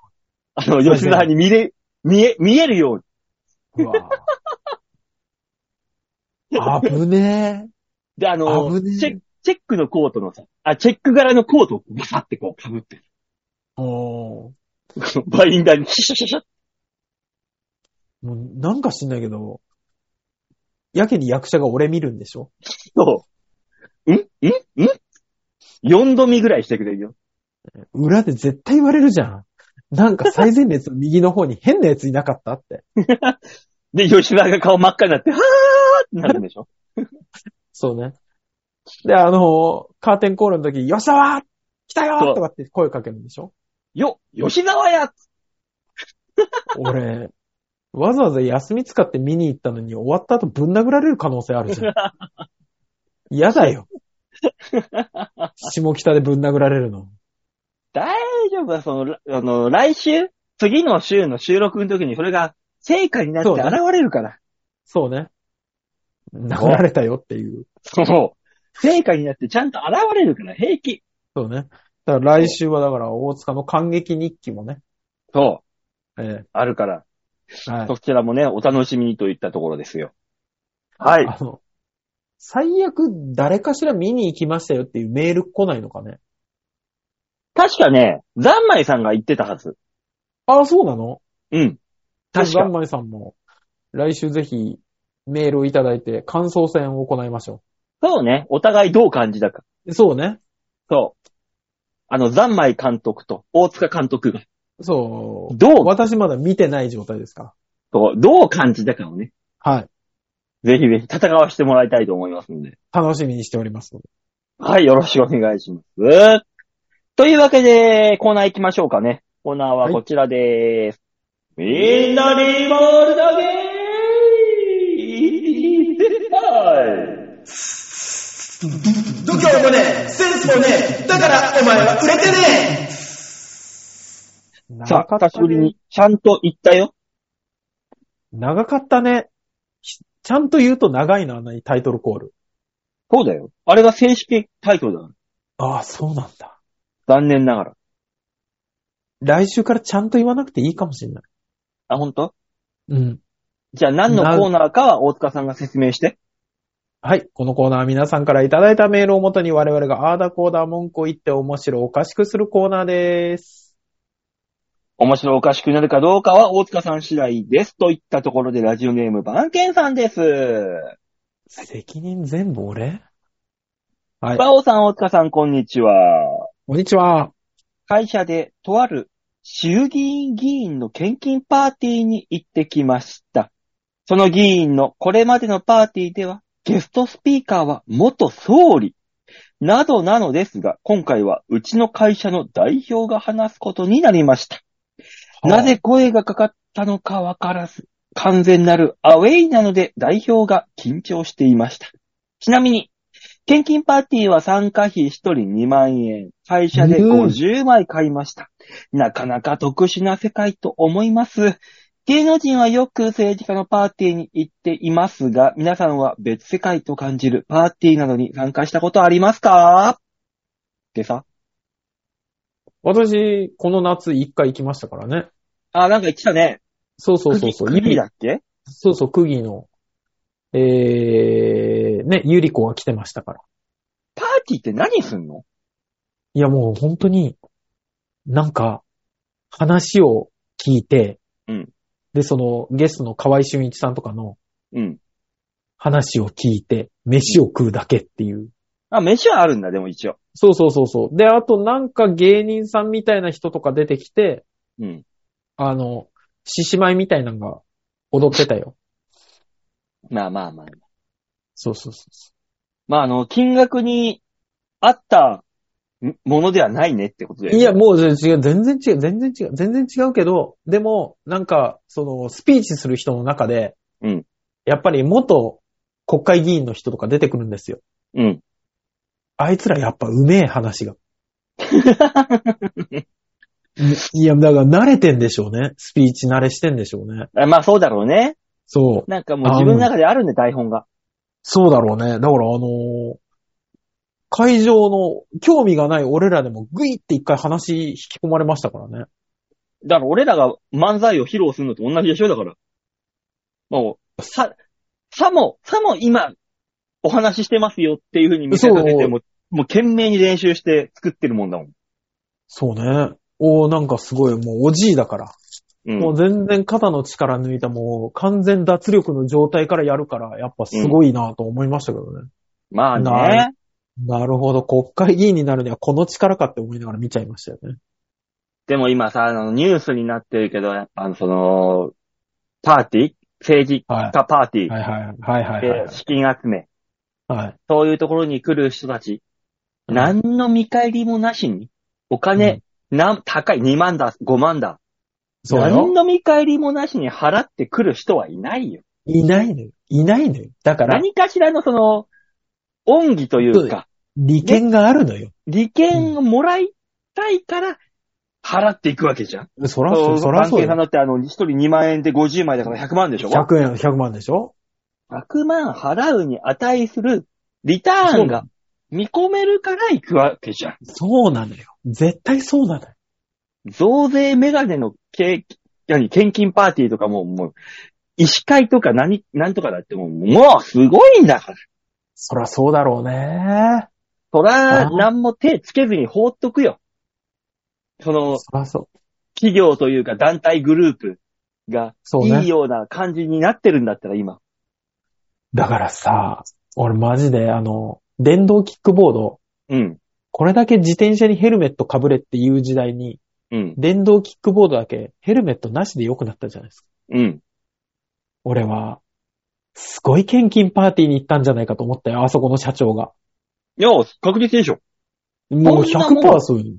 あの、吉沢に見れ、見え、見えるように。
うわぁ危ね
で、あ
え。
の、
危
チ
ね
ェチェックのコートのさ、あ、チェック柄のコートをバサってこう被って、
え。おー
バインダーにシュシュシュシュ
もうなんか知んないけど、やけに役者が俺見るんでしょ
と、んんん ?4 度見ぐらいしてくれるよ。
裏で絶対言われるじゃん。なんか最前列の右の方に変なやついなかったって。
で、吉沢が顔真っ赤になって、はーってなるんでしょ
そうね。で、あのーカーテンコールの時、よっしゃー来たよーとかって声かけるんでしょ
よ、吉沢や
俺、わざわざ休み使って見に行ったのに終わった後ぶん殴られる可能性あるじゃん。嫌だよ。下北でぶん殴られるの。
大丈夫だ、その、らあの、来週次の週の収録の時にそれが成果になって
そう
現
だね
れるから。
そうね。殴られたよっていう。
そう成果になってちゃんと現れるから、平気。
そうね。だから来週はだから大塚の感激日記もね。
そう。
え
あるから。
えはい。
そちらもね、お楽しみにといったところですよ。はい。
あの、最悪誰かしら見に行きましたよっていうメール来ないのかね。
確かね、ザンマイさんが言ってたはず。
ああ、そうなの
うん。確
ガン
か。
マイさんも、来週ぜひメールをいただいて感想戦を行いましょ
そうね。お互いどう感じたか。
う。そうね。
そう。あの、ザンマイ監督と大塚監督が、
そう。
どう、
私まだ見てない状態ですか
そうどう感じたかをね、
ら。はい。
ぜひぜひ戦わせてもらいたいと思いますので。
楽しみにしております。
はい、よろしくお願いします。というわけで、コーナー行きましょうかね。コーナーはこちらでーす。みんなリボールだけー
度胸もねえ、センスもねえ、だからお前は売れてねえ
さ
長
あ、
かった
久
ね
しぶりに、ちゃんと言ったよ。
長かったね。ひちゃんと言うと長いな、あんなにタイトルコール。
そうだよ。あれが正式タイトルだから。
ああ、そうなんだ。
残念ながら。
来週からちゃんと言わなくていいかもしれない。
あ、ほんと
うん。
じゃあ何のコーナーかは大塚さんが説明して。
はい。このコーナーは皆さんからいただいたメールをもとに我々がアーダコーダー文句を言って面白おかしくするコーナーです。
面白おかしくなるかどうかは大塚さん次第です。といったところでラジオネーム番犬さんです。
責任全部俺はい。
バオさん、大塚さん、こんにちは。
こんにちは。
会社でとある衆議院議員の献金パーティーに行ってきました。その議員のこれまでのパーティーではゲストスピーカーは元総理などなのですが、今回はうちの会社の代表が話すことになりました。なぜ声がかかったのかわからず、完全なるアウェイなので代表が緊張していました。ちなみに、献金パーティーは参加費1人2万円、会社で
うん
50枚買いました。なかなか特殊な世界と思います。芸能人はよく政治家のパーティーに行っていますが、皆さんは別世界と感じるパーティーなどに参加したことありますかってさ。
私、この夏一回行きましたからね。
あ、なんか言ってたね。
そうそうそうそう。
クギだっけ
そうそう、区議の、えー、ね、ゆり子が来てましたから。
パーティーって何すんの
いや、もう本当に、なんか、話を聞いて、
うん
で、その、ゲストの河合俊一さんとかの
うん。
話を聞いて、飯を食うだけっていう。
あ、飯はあるんだ、でも一応。
そうそうそうそう。で、あとなんか芸人さんみたいな人とか出てきて、
うん。
あの、獅子舞みたいなのが踊ってたよ。
まあまあまあ。
そうそうそうそ
まああの、金額に合ったんものではないねってことだ
う。
よね。
いや、もう違う、全然違う、全然違う、全然違うけど、でも、なんか、その、スピーチする人の中で、
うん
やっぱり元国会議員の人とか出てくるんですよ。
うん。
あいつらやっぱうめえ話 が。いや、だから慣れてんでしょうね。スピーチ慣れしてんでしょうね。
あまあそうだろうね。
そう。
なんかもう自分の中であるんで、台本が。
そうだろうね。だからあのー会場の興味がない俺らでもグイって一回話引き込まれましたからね。
だから俺らが漫才を披露するのと同じでしょだから。もう、さ、さも、さも今、お話ししてますよっていうふうに見せかけ
そ
て、
う
もう、もう懸命に練習して作ってるもんだもん。
そうね。おーなんかすごい、もうおじいだから。
うん。
もう全然肩の力抜いたもう完全脱力の状態からやるから、やっぱすごいなと思いましたけどね。
まあ
な
ね。
なるほど。国会議員になるにはこの力かって思いながら見ちゃいましたよね。
でも今さ、あの、ニュースになってるけど、やっぱ、その、パーティー政治
はい。
家パーティー
はいはいはいはいはい
で資金集め、
はい。はい。
そういうところに来る人たち、
うん
何の見返りもなしに、お金な、高い、2万だ、5万だ。
そう
何
よ。
の見返りもなしに払ってくる人はいないよ。
いないのよ。いないのよ。だから、
何かしらのその、恩義というか、
利権があるのよ。
利権をもらいたいから、払っていくわけじゃん。
そらそう、そら
関
そう
係さん
よ。
だってあの、一人2万円で50枚だから100万でしょ
100円、100万でしょ
?100 万払うに値するリターンが見込めるから行くわけじゃん。
そうなのよ。絶対そうなのよ。
増税メガネのけ何、献金パーティーとかも、もう、医師会とか何、なんとかだってもう、もうすごいんだから。
そらそうだろうね。
そら、
あー
なんも手つけずに放っとくよ。その、
そらそう。
企業というか団体グループが、
そう
いい
ね。
ような感じになってるんだったら今。
だからさ、俺マジであの、電動キックボード、
うん。
これだけ自転車にヘルメット被れっていう時代に、
うん。
電動キックボードだけヘルメットなしで良くなったじゃないですか。
うん。
俺は、すごい献金パーティーに行ったんじゃないかと思ったよ、あそこの社長が。
いや、確実でしょ。
もう
そんなも
100%
ん
そういうの。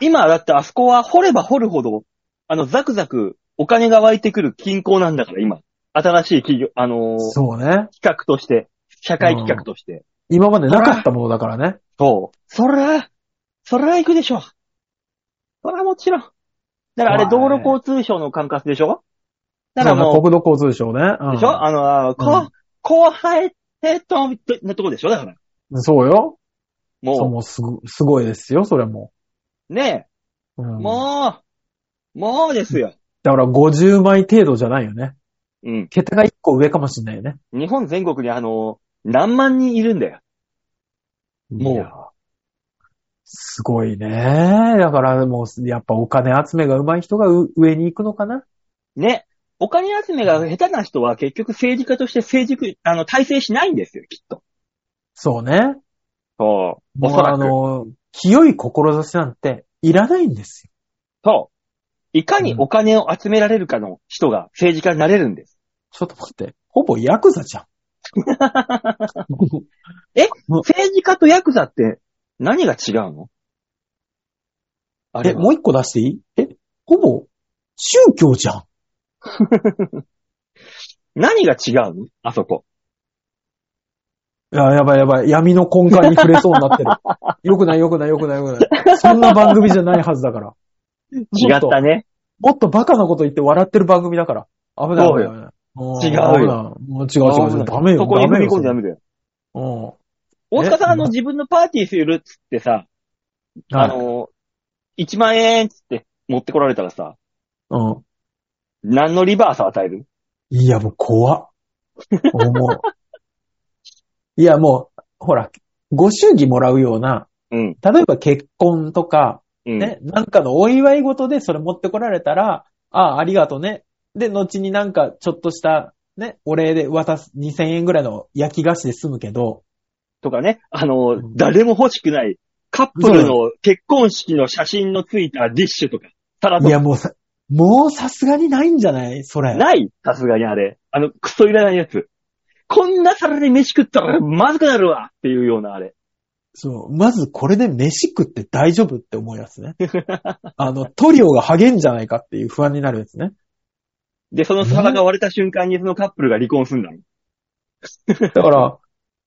今、だってあそこは掘れば掘るほど、あの、ザクザクお金が湧いてくる均衡なんだから、今。新しい企業、あのー
そうね。
企画として、社会企画として。
今までなかったものだからね。
そう。そら、そら行くでしょ。そらもちろん。だからあれ、
そ
道
うだ
路
ね
交通省の管轄でしょだか
そ
ら
うね
もう、
国土交通省ね。うん
でしょあの、あーこ
う
う、こう生えてと、となとこでしょだから。
そうよ。そう、
も
もうすごすごいですよ、それも。
う、ね
う
え、
ん、
もう、もうですよ。
だから50枚程度じゃないよね。
うん。
桁が1個上かもしんないよね。
日本全国にあの、何万人いるんだよ。もう
いや。すごいね。だからもう、やっぱお金集めが上手い人がう上に行くのかな。
ね。お金集めが下手な人は結局政治家として政治く、あの、体制しないんですよ、きっと。
そうね。
そう。お
もう
そら
あ
く。
の、清い志なんていらないんですよ。
そう。いかにお金を集められるかの人が政治家になれるんです。
ちょっと待って。ほぼヤクザ じゃん。
政治家とヤクザって何が違うのあ
え、
れは
もう一個出していいえ、ほぼ宗教じゃん。
何が違うのあそこ。
いや、やばいやばい。闇の根幹に触れそうにな ってる。よくないよくないよくないよくない。そんな番組じゃないはずだから。
違ったね。
もっとバカなこと言って笑ってる番組だから。危ない
そう
危
よ
ない。
違うよ
ん危ないもう違う違う違う。ダメよ。
そこに
ダ
踏
メ
み
よ。
込ん
そ
じゃダ
れ
メだよ。
うん。
大塚さん、
え
あの、自分のパーティーするっつってさ、あ
はい
の、1万円っつって持ってこられたらさ、
うん。
何のリバース与える
いや、もう怖っ。思う。いや、もう、ほら、ご祝儀もらうような、
うん。
例えば結婚とか、
うん。
ね、なんかのお祝い事でそれ持ってこられたら、ああ、ありがとね。で、後になんかちょっとした、ね、お礼で渡す2000円ぐらいの焼き菓子で済むけど、
とかね、あ
う
の、
ん
誰も欲しくないカップルの結婚式の写真のついたディッシュとか、皿
い
と
や、
か、
もうさ、もうさすがにないんじゃないそれ。
ないさすがにあれ。あの、クソいらないやつ。こんな皿で飯食ったらまずくなるわっていうようなあれ。
そう。まずこれで飯食って大丈夫って思うやつね。 あの、トリオが励んじゃないかっていう不安になるやつね。
で、その皿が割れた瞬間にそのカップルが離婚すんだの。
だから、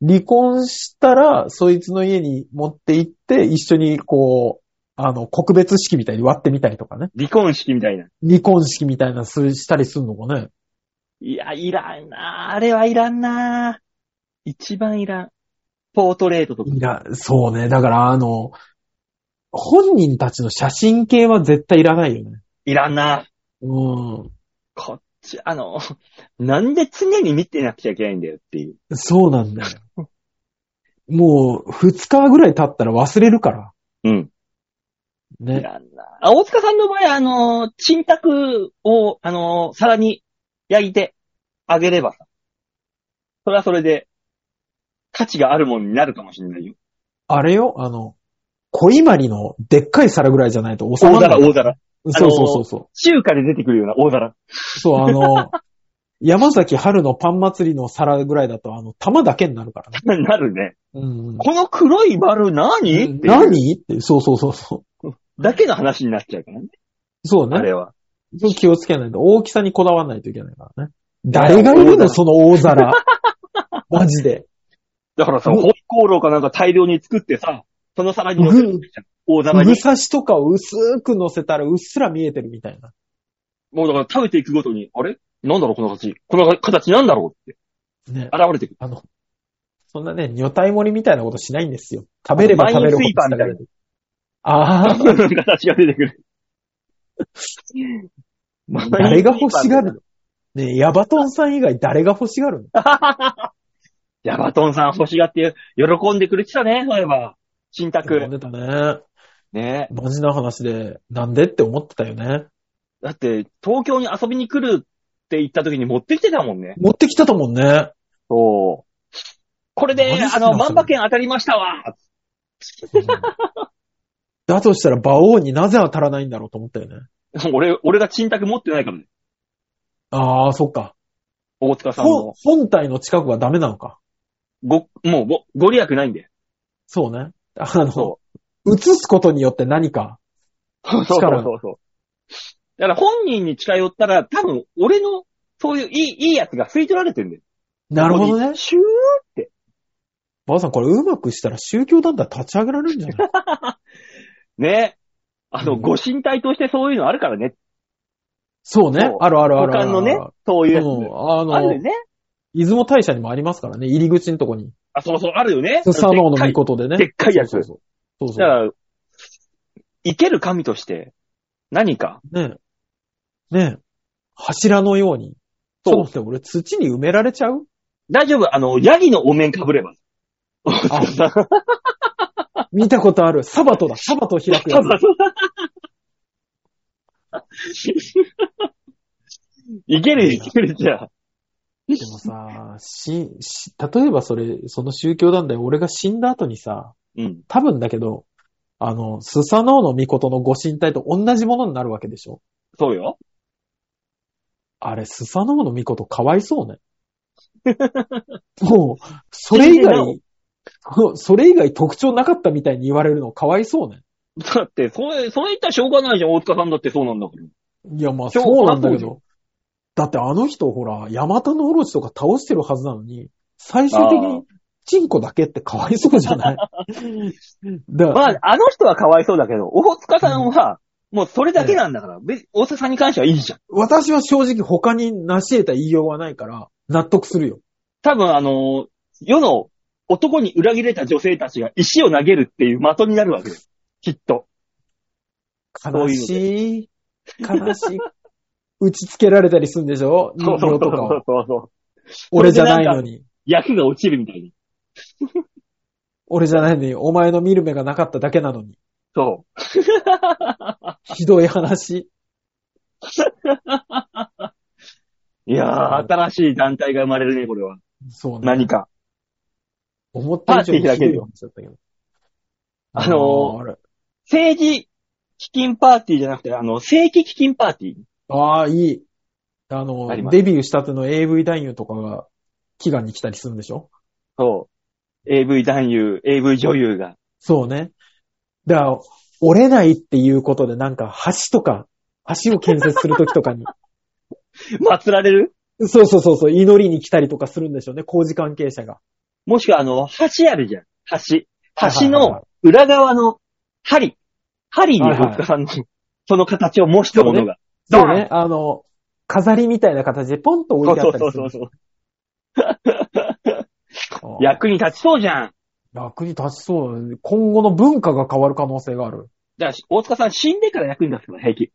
離婚したら、そいつの家に持って行って、一緒にこう、あの、告別式みたいに割ってみたりとかね。
離婚式みたいな。
離婚式みたいなするしたりするのかね。
いや、いらんなあれはいらんな一番いらん。ポートレートとか
い。や、そうね。だから、あの、本人たちの写真系は絶対いらないよね。
いらんな
うん。
こっち、あの、なんで常に見てなくちゃいけないんだよっていう。
そうなんだよ。もう、二日ぐらい経ったら忘れるから。
うん。い
ね。
らんな。あ、大塚さんの場合、あの、沈託を、あの、皿に焼いてあげればさ、それはそれで、価値があるものになるかもしれないよ。
あれよ、あの、小いまりのでっかい皿ぐらいじゃないと収ま
大
らな
皿、
い。
大皿。
そうそうそうそう。
中華で出てくるような大皿。
そう、あ の、山崎春のパン祭りの皿ぐらいだと、あの、玉だけになるからね。
なるね。
うん。
この黒い丸何、っていう
何って、そうそうそうそう。
だけの話になっちゃうからね。
そう
あ
ね。
れは。
そう気をつけないと。大きさにこだわらないといけないからね。誰がいるのその 大皿。マジで。
だからさ、
うん
ホイコーローかなんか大量に作ってさ、その皿に乗せるじゃん。大皿
ふぐ
に。
刺しとかを薄く乗せたらうっすら見えてるみたいな。
もうだから食べていくごとに、あれなんだろうこの形。この形なんだろうって、
ね。
現れてくる。
あの、そんなね、女体盛りみたいなことしないんですよ。食べれば食べるほど
マインスイーパーみたいな
ああ、
形が出てくる。まあ
誰が欲しがるのねえヤバトンさん以外誰が欲しがるの
ヤバトンさん欲しがって、喜んでくれてたね、そういえば。新
喜ん
宅。
でたね。
ね
マジな話で、なんでって思ってたよね。
だって、東京に遊びに来るって言った時に持ってきてたもんね。
持ってきてたも んね。
そう。これで、
マジっす
あ
か
の、万馬券当たりましたわ
だとしたら、馬王になぜ当たらないんだろうと思ったよね。
俺、俺が新宅持ってないからね。
ああ、そっか。
大塚さん
本
の。
本体の近くはダメなのか。
ご、もうご、ご利益ないんで。
そうね。あの
そ、
映すことによって何か。
そうそうそうそうそう。だから本人に近寄ったら、多分、俺の、そういういい、いいやつが吸い取られてんだよ。
なるほどね。
シュー
馬王さん、これうまくしたら宗教団体立ち上げられるんじゃな い
ね。あの、
うん
ご神体としてそういうのあるからね。
そうね
そう。
あるあるあるあ
他
る。
のね、そういうやつ。
うん、あ
あるよ
の、
ね。
出雲大社にもありますからね、入り口のとこに。
あ、そうそう、あるよね。
スサノオの
でっ
御事でね。
かいでっかいやつ。
そう
だ
そうそう。
か
そうそう
ら、生ける神として、何か。
ねえ。ねえ。柱のように。ちょっと待って、俺土に埋められちゃう
大丈夫、あの、ヤギのお面かぶれば。
あ、見たことある。サバトだ。サバト開くやつ。
いける、いけるじゃん。
でもさ、し、し、例えばそれ、その宗教団体、俺が死んだ後にさ、
うん。
多分だけど、あの、スサノオの御事のご神体と同じものになるわけでしょ
そうよ。
あれ、スサノオの御事かわいそうね。 もう、それ以外、そうそれ以外特徴なかったみたいに言われるのかわいそうね。
だって、そう、そう言ったらしょうがないじゃん。大塚さんだってそうなんだから。
いや、ま
今
あ、
日
そうなんだけ
あそうじゃ
ど。だってあの人、ほら、ヤマタノオロチとか倒してるはずなのに、最終的
あ
に
ー、
チンコだけってかわいそうじゃ ないだ
まあ、あの人はかわいそうだけど、大塚さんは、もうそれだけなんだから、別に大塚さんに関してはいいじゃん。
私は正直他に成し得た言いようはないから、納得するよ。
多分、あの、世の男に裏切れた女性たちが石を投げるっていう的になるわけです。きっと。
悲しい。悲しい。打ちつけられたりするんでしょ人形とかを。
そうそう。
俺じゃないのに。
役が落ちるみたいに。
俺じゃないのに、お前の見る目がなかっただけなのに。
そ
ひどい話。
う。いやー、新しい団体が生まれるね、これは。
そうね。
何か。
思った以上にひどい話だったけど。
パーティー開けるよ
あー、あれ
政治基金パーティーじゃなくて、あの、正規基金パーティー。
あー、いい。あ
あり
の、
ます
デビューしたての AV 男優とかが祈願に来たりするんでしょ
そう。AV 男優、AV 女優が。
そうね。だから、折れないっていうことでなんか橋とか、橋を建設するときとかに。
祀られる
そうそうそうそう、祈りに来たりとかするんでしょうね、工事関係者が。
もしくはあの、橋あるじゃん。橋。
はい
橋
はいはいは
の裏側の針。針に大塚さんの、その形を模したものが。
そうね、あの、飾りみたいな形でポンと
ド
置い
ーン。
てあ
そう
った
そ
り
う
す
そ
る
う。そう。
あー
役に立ちそうじゃん。
役に立ちそうだね。今後の文化が変わる可能性がある。
だから、大塚さん死んでから役に立つから、平気。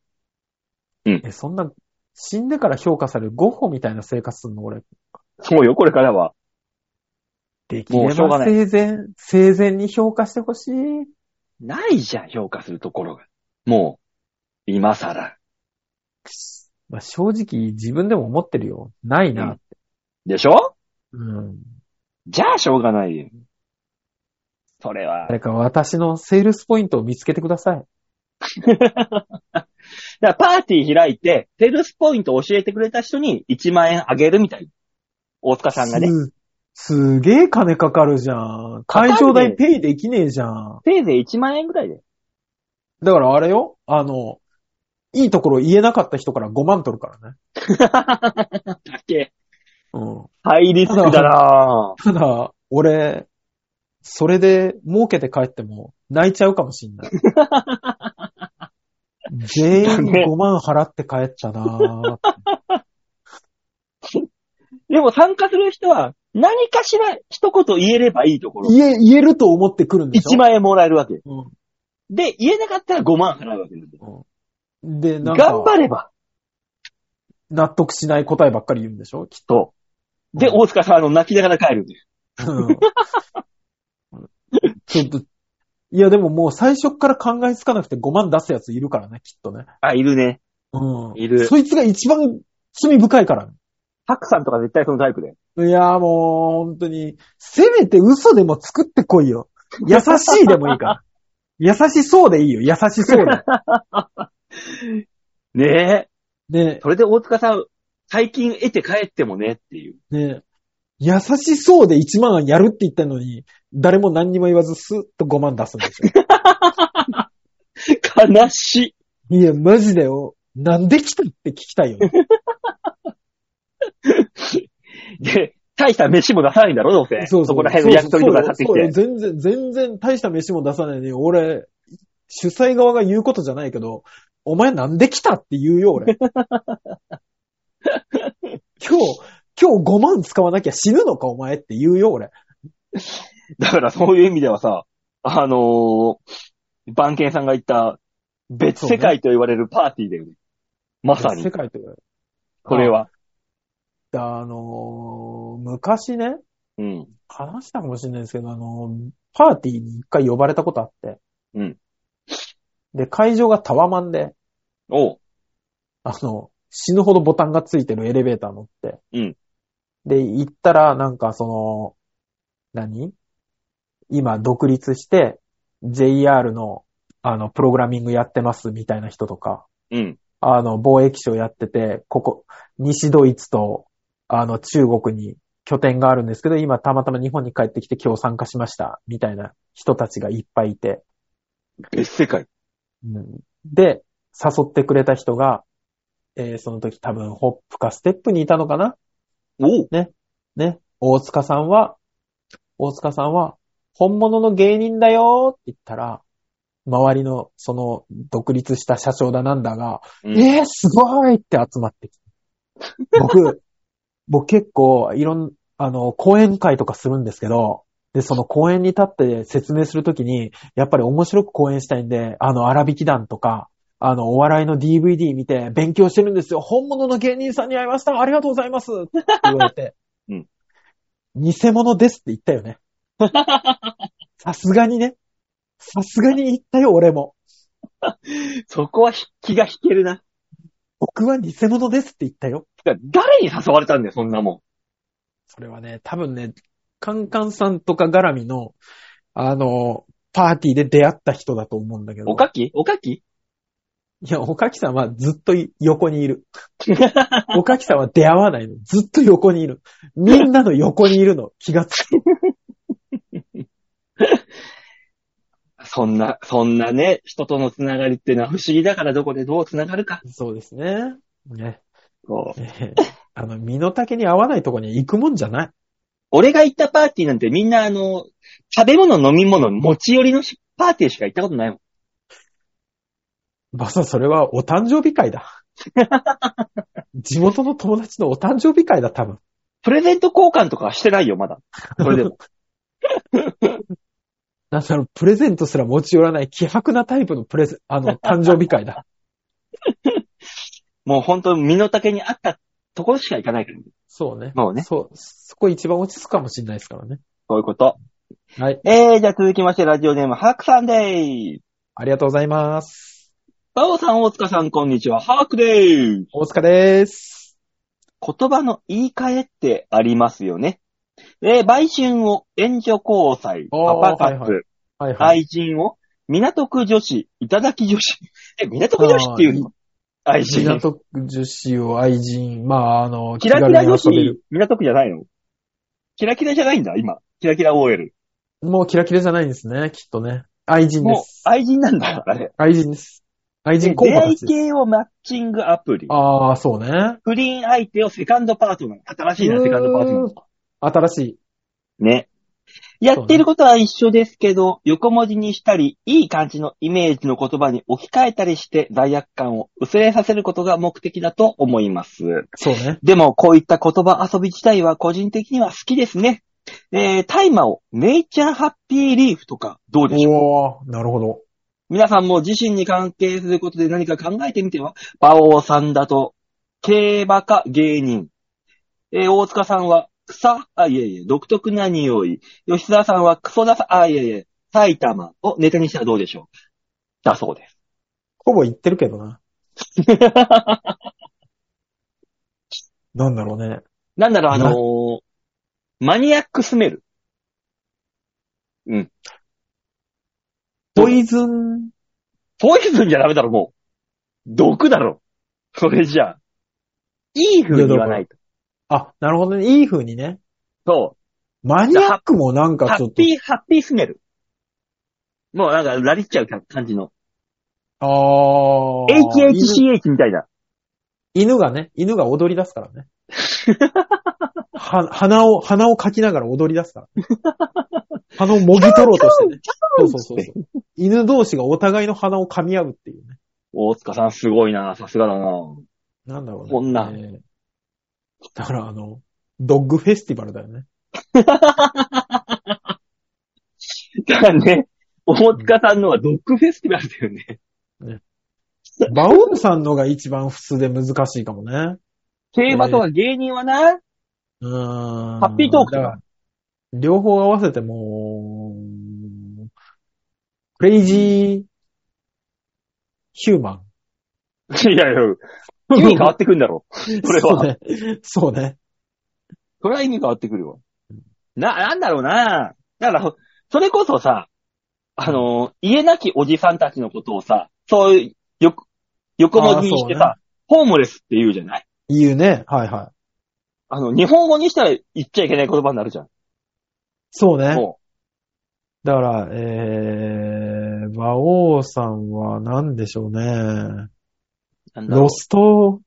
え、そんな、死んでから評価されるゴッホみたいな生活するの俺。
そうよ、これからは。
でき
もう
れ
しょうが
ば
ない
生前、生前に評価してほしい。
ないじゃん、評価するところが。もう、今更。
まあ、正直自分でも思ってるよ。ないな。
でしょ
うん。
じゃあ、しょうがないよ。それは。
誰か私のセールスポイントを見つけてください。
だからパーティー開いて、セールスポイントを教えてくれた人に1万円あげるみたい。大塚さんがね。
すすげえ金かかるじゃん。
かかるね
会場代ペイできねえじゃん。
せいぜい1万円ぐらいで。
だからあれよ、あの、いいところ言えなかった人から5万取るからね。
だけ。
うん。
ハイリスクだなぁ。
ただ、俺、それで儲けて帰っても泣いちゃうかもし んない。全員5万払って帰ったなぁ。
でも参加する人は、何かしら一言言えればいいところ。
言え、言えると思ってくるんでしょ
1万円もらえるわけ。
うん
で、言えなかったら5万払うわけなんで。
で、なん
頑
か、
張れば。
納得しない答えばっかり言うんでしょきっ
と。で、大塚さん、あの、泣きながら帰るんで。
と。うんちょっと、いやでももう最初っから考えつかなくて5万出すやついるからね、きっとね。
あ、いるね。
うん。
いる
そいつが一番罪深いから。
ハクさんとか絶対そのタイプで。
いやーもう、本当に、せめて嘘でも作ってこいよ。優しいでもいいから。 優しそうでいいよ、優しそう で。
ねえ。
ね
それで大塚さん、最近得て帰ってもねっていう。
ね優しそうで1万やるって言ったのに、誰も何にも言わずスッと5万出すんですよ。
悲し
いや、マジだよ。なんで来たって聞きたいよね。
い。で、大した飯も出さないんだろ、どうせ。
そうそう。
こら辺の焼き鳥とか買ってき
そうよ
て。
そうよ全然、全然大した飯も出さないで、俺、主催側が言うことじゃないけど、お前なんで来たって言う よ、俺。今日、今日5万使わなきゃ死ぬのか、お前って言うよ、俺。
だからそういう意味ではさ、あのー、番犬さんが言った、別世界と言われるパーティーだよね。まさに
世、界という。
これは。
あのー昔ね、
うん。
話したかもしれないですけど、あのーパーティーに一回呼ばれたことあって。
うん。
で、会場がタワマンで、
おう。
あの、死ぬほどボタンがついてるエレベーター乗って。
うん
で、行ったら、なんかその、何今独立して、JR の、あの、プログラミングやってますみたいな人とか、
うん。
あの、貿易商やってて、ここ、西ドイツと、あの、中国に拠点があるんですけど、今たまたま日本に帰ってきて今日参加しました、みたいな人たちがいっぱいいて。
別世界。
うんで、誘ってくれた人が、えーその時多分ホップかステップにいたのかな
おう。
ね。大塚さんは、大塚さんは、本物の芸人だよーって言ったら、周りの、その、独立した社長だなんだが、
うん。
えー、すごいって集まってきて。僕、 僕結構、いろん、あの、講演会とかするんですけど、で、その講演に立って説明するときに、やっぱり面白く講演したいんで、あの、荒引き団とか、あの、お笑いの DVD 見て勉強してるんですよ。本物の芸人さんに会いました。ありがとうございます。って言われて
うん
偽物ですって言った よね。さすがにね。さすがに言ったよ、俺も。
そこはひ気が引けるな。
僕は偽物ですって言ったよ。
てか誰に誘われたんだよ、そんなも
それはね、多分ね、カンカンさんとか絡みの、あの、パーティーで出会った人だと思うんだけ
ん。
ど。
おかきおかき
いや、おかきさんはずっとい横にいる。 おかきさんは出会わないの。ずっと横にいる。みんなの横にいるの。気がつく。
そんな、そんなね、人とのつながりってのは不思議だからどこでどうつながるか。
そうですね。ね。
そう
ねあの、身の丈に合わないとこに行くもんじゃない。
俺が行ったパーティーなんてみんなあの、食べ物飲み物持ち寄りのしパーティーしか行ったことないもん。
まさ、それはお誕生日会だ。 地元の友達のお誕生日会だ、多分。
プレゼント交換とかはしてないよ、まだ。それで も。
なんだろう、プレゼントすら持ち寄らない、気迫なタイプのプ レゼン、あの、誕生日会だ。
もう本当身の丈に合ったところしか行かないから、ね。
そうね。
もうね
そう、そこ一番落ち着くかもしれないですからね。
そういうこと。
はい。
えー、じゃあ続きまして、ラジオネーム、ハークさんでーす。
ありがとうございます。
バオさん、大塚さん、こんにちは。ハークでーす。
大塚です。
言葉の言い換えってありますよね。えー、売春を援助交際、
あ
パ
ー
パ
はい
活、
はいはいはい。
愛人を、港区女子、頂き女子。え、港区女子っていうの愛人。
港区女子を愛人、まあ、あの、
キラキラ女
気軽に遊べる
子、港区じゃないのキラキラじゃないんだ、今。キラキラ OL。
もうキラキラじゃないんですね、きっとね。愛人で
もう
す。
愛人なんだ、あれ。
愛人です。愛人
で
コン
出
パ
会
た
い
ちです。
系をマッチングアプリ。
ああ、そうね。
不倫相手をセカンドパートナー。新しいな、セカンドパートナー。
新しい。
ね。やってることは一緒ですけど、横文字にしたり、いい感じのイメージの言葉に置き換えたりして罪悪感を薄れさせることが目的だと思います。
そうね。
でも、こういった言葉遊び自体は個人的には好きですね。えー、大麻をネイチャーハッピーリーフとか どうでしょう
おー、なるほど。
皆さんも自身に関係することで何か考えてみては、馬王さんだと、競馬か芸人。えー大塚さんは草、あ、いえいえ、独特な匂い。吉沢さんはクソださ、あ、いえいえ、埼玉をネタにしたらどうでしょうだそうです。
ほぼ言ってるけどな。なんだろうね。
なんだろう、あのーマニアックスメル。
ポイズン、
ポイズンじゃダメだろ、もう。毒だろ。それじゃあ。いい風に言わないと。
あ、なるほどね。いい風にね。
そう。
マニアックもなんか
ハ
ちょっ
ッ
と。
ピー、ハッピースメル。もうなんか、ラリっちゃう感じの。
ああ。
HHCH みたいな。
犬犬がね、犬が踊り出すから ね。は、鼻を、鼻をかきながら踊り出すから、ね。鼻をもぎ取ろうとしてね。そうそうそうそう。犬同士がお互いの鼻を噛み合うっていうね。
大塚さんすごいな、さすがだな。
なんだろうね。
こんな
えーだからあの、ドッグフェスティバルだよね。
だからね、大塚さんのはドッグフェスティバルだよね。
バオンさんのが一番普通で難しいかもね。
競馬とか芸人はな、
うーん。
ハッピートークとか
だから両方合わせてもう、クレイジー、ヒューマ
いやいや、
ン。
意味変 わってくんだろ。それは。
そうね。そうね。
それは意味変わってくるわ。な、なんだろうな。だから、それこそさ、あの、家なきおじさんたちのことをさ、そういう、よく、横文字にしてさ、ホームレスって言うじゃない
言うね。はいはい。
あの、日本語にしたら言っちゃいけない言葉になるじゃん。
そうね。
も
だから、えー、馬王さんは何でしょうね。
う。なんだろう
ロスト、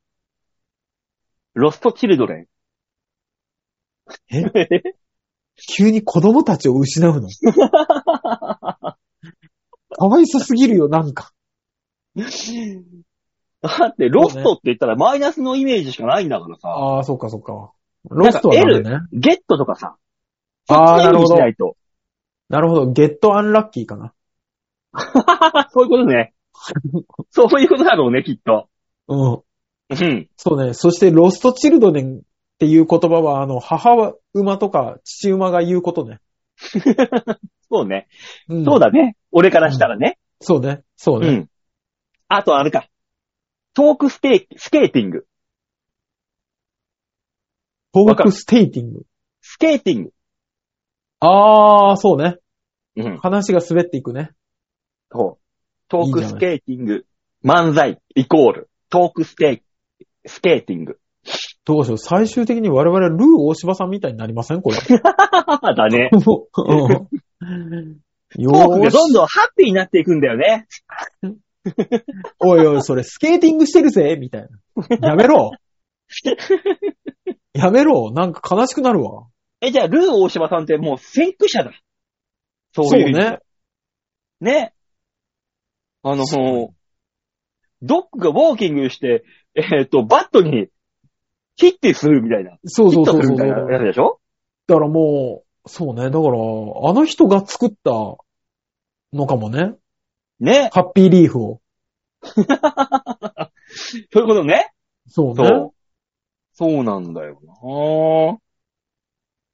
ロストチルドレン。
え急に子供たちを失うの。かわいそすぎるよ、なんか。
だって、ロストって言ったらマイナスのイメージしかないんだからさ。
ああ、そっかそっか。ロストはダメね。
ゲットとかさ。
あ
そ
ー
っちの意味にしないと。
なるほど。ゲットアンラッキーかな。
そういうことね。そういうことだろうね、きっと。
うん。
うん。
そうね。そして、ロストチルドネンっていう言葉は、あの、母馬とか父馬が言うことね。
そうね。
うん、
そう。だね。俺からしたらね。
そうね。そう
う
ね。
ん。あと、あれか。トークステー、スケーティング。
トークステイティング。
スケーティング。
ああ、そうね。
うん。
話が滑っていくね。
そう。トークスケーティング。漫才、イコール。トークステー、スケーティン グ。
どうしよう。最終的に我々、ルー大柴さんみたいになりません これ。
だね。
もううんよ
トークが
ー
どん
し。
どんハッピーになっていくんだよね。
おいおい、それスケーティングしてるぜみたいな。や めろ。やめろ。なんか悲しくなるわ。
え、じゃあ、ルー大柴さんってもう先駆者だ。そういう意味で。
ね。
ね。あの、ドッグがウォーキングして、えっ、と、バットにヒッティするみたいな。
そう
ヒ
そ
ッ
う
ト
そ
す
う
る
そう。
みたいなやつ
だ
でしょ
からもう、そうね。だから、あの人が作ったのかもね。
ね。
ハッピーリーフを。
そういうことね。
そう
そ
ね。
う。そうなんだよ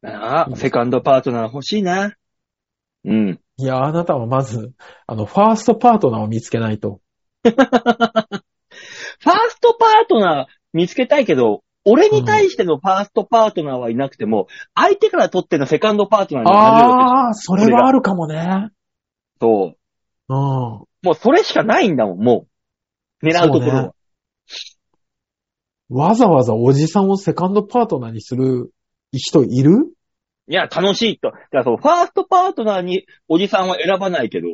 なああ、セカンドパートナー欲しいな。うん。
いや、あなたはまず、あの、ファーストパートナーを見つけないと。
ファーストパートナー見つけたいけど、俺に対してのファーストパートナーはいなくても、相手から取ってのセカンドパートナーになるわけ
ああ、それはあるかもね。
と、
うん。
もうそれしかないんだもん、もう。狙うところは。
わざわざおじさんをセカンドパートナーにする人いる
いや、楽しいと。だからそう、ファーストパートナーにおじさんは選ばないけど、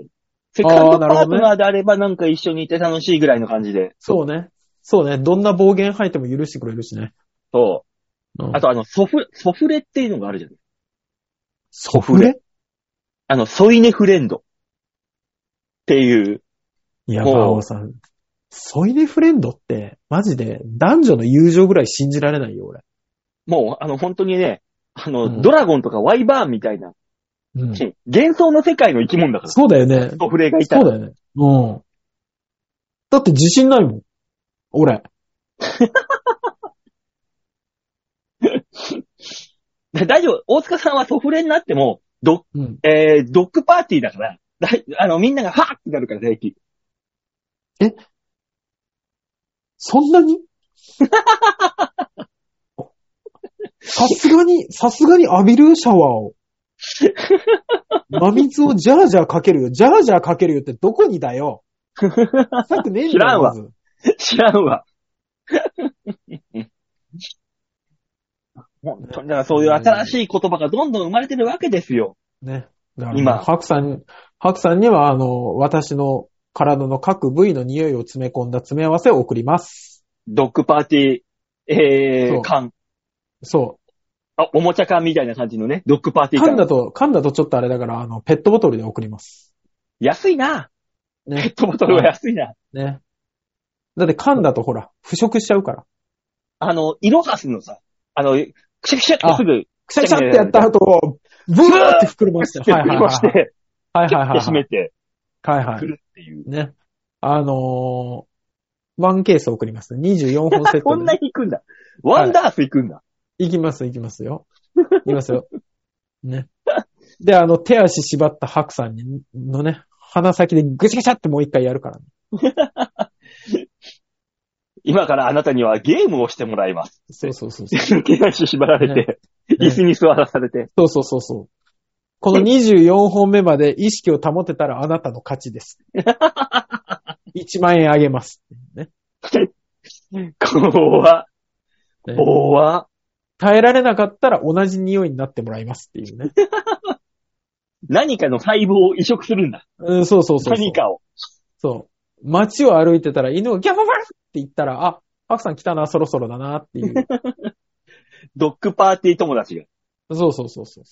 セカン
あ
ド
ー
パ
なるほ
ー
どね
トナーであればなんか一緒にいて楽しいぐらいの感じで。
そうね。そうね。どんな暴言吐いても許してくれるしね。
そうう。
ん
あとあの、ソフ、ソフレっていうのがあるじゃん。
ソフレ
あの、添い寝フレンド。っていう。
いや、
ほう
バオさん。ソイネフレンドって、マジで男女の友情ぐらい信じられないよ、俺。
もう、あの、本当にね、あの、
うん
ドラゴンとかワイバーンみたいな、
うん。
幻想の世界の生き物だから。
そうだよね。
ソフレがいた
そう
ら。
だよね。うん。だって自信ないもん。俺。
で大丈夫。大塚さんはソフレになっても、ド、
うん。
えー、ドッグパーティーだから、だいあの、みんながファーってなるから、平気。
そ んなにさすがに、さすがに浴びるシャワーを。真水をジャージャーかけるよ。ジャージャーかけるよってどこにだよ。臭くねえん
知
だ
らん
よ、
わ
まず。
知らんわ。本当に、だからそういう新しい言葉がどんどん生まれてるわけですよ。
ね。だから
今
ハクさん、ハクさんには、あの、私の体の各部位の匂いを詰め込んだ詰め合わせを送ります。
ドッグパーティー、え
そ
ー、
う
缶。
そ
あ、おもちゃ缶みたいな感じのね、ドッグパーテ
う。
ィー
缶
缶。
だと、缶だとちょっとあれだから、あの、ペットボトルで送ります。
安いな。ペ
ね
ッ。トボトルは安いな。
ね。だって缶だとほら、腐食しちゃうから。
あの、イロハスのさ、あの、くしゃくしゃってすぐ、
くしゃくしゃってやった後、ブワーって膨れました。はいはいは
を
い
して、。
はい
キュ
はい
ッ
は
て閉め
い。
て、
はいは
く
い。
るっていう。
ね。あのー、ワンケース送ります。24本セッ
こ
ト
んな
で。
に行くんだ。ワンダース行くんだ。
いきます、いきます よ。いきますよ。ね。で、あの、手足縛ったハクさんにのね、鼻先でぐちゃぐちゃってもう一回やるから、ね。
今からあなたにはゲームをしてもらいます。
そうそうそうそ う。
手足縛られて、
ね
椅子に座らされて。
そうそうそうそう。この24本目まで意識を保てたらあなたの勝ちです。1万円あげます。ね。
怖
ね
怖
耐えられなかったら同じ匂いになってもらいますっていうね。
何かの細胞を移植するんだ。
うん、そうそうそうそう。
何かを。
そう。街を歩いてたら犬がギャファファフって言ったら、あ、ハクさん来たな、そろそろだなっていう。
ドッグパーティー友達が。
そうそうそうそう。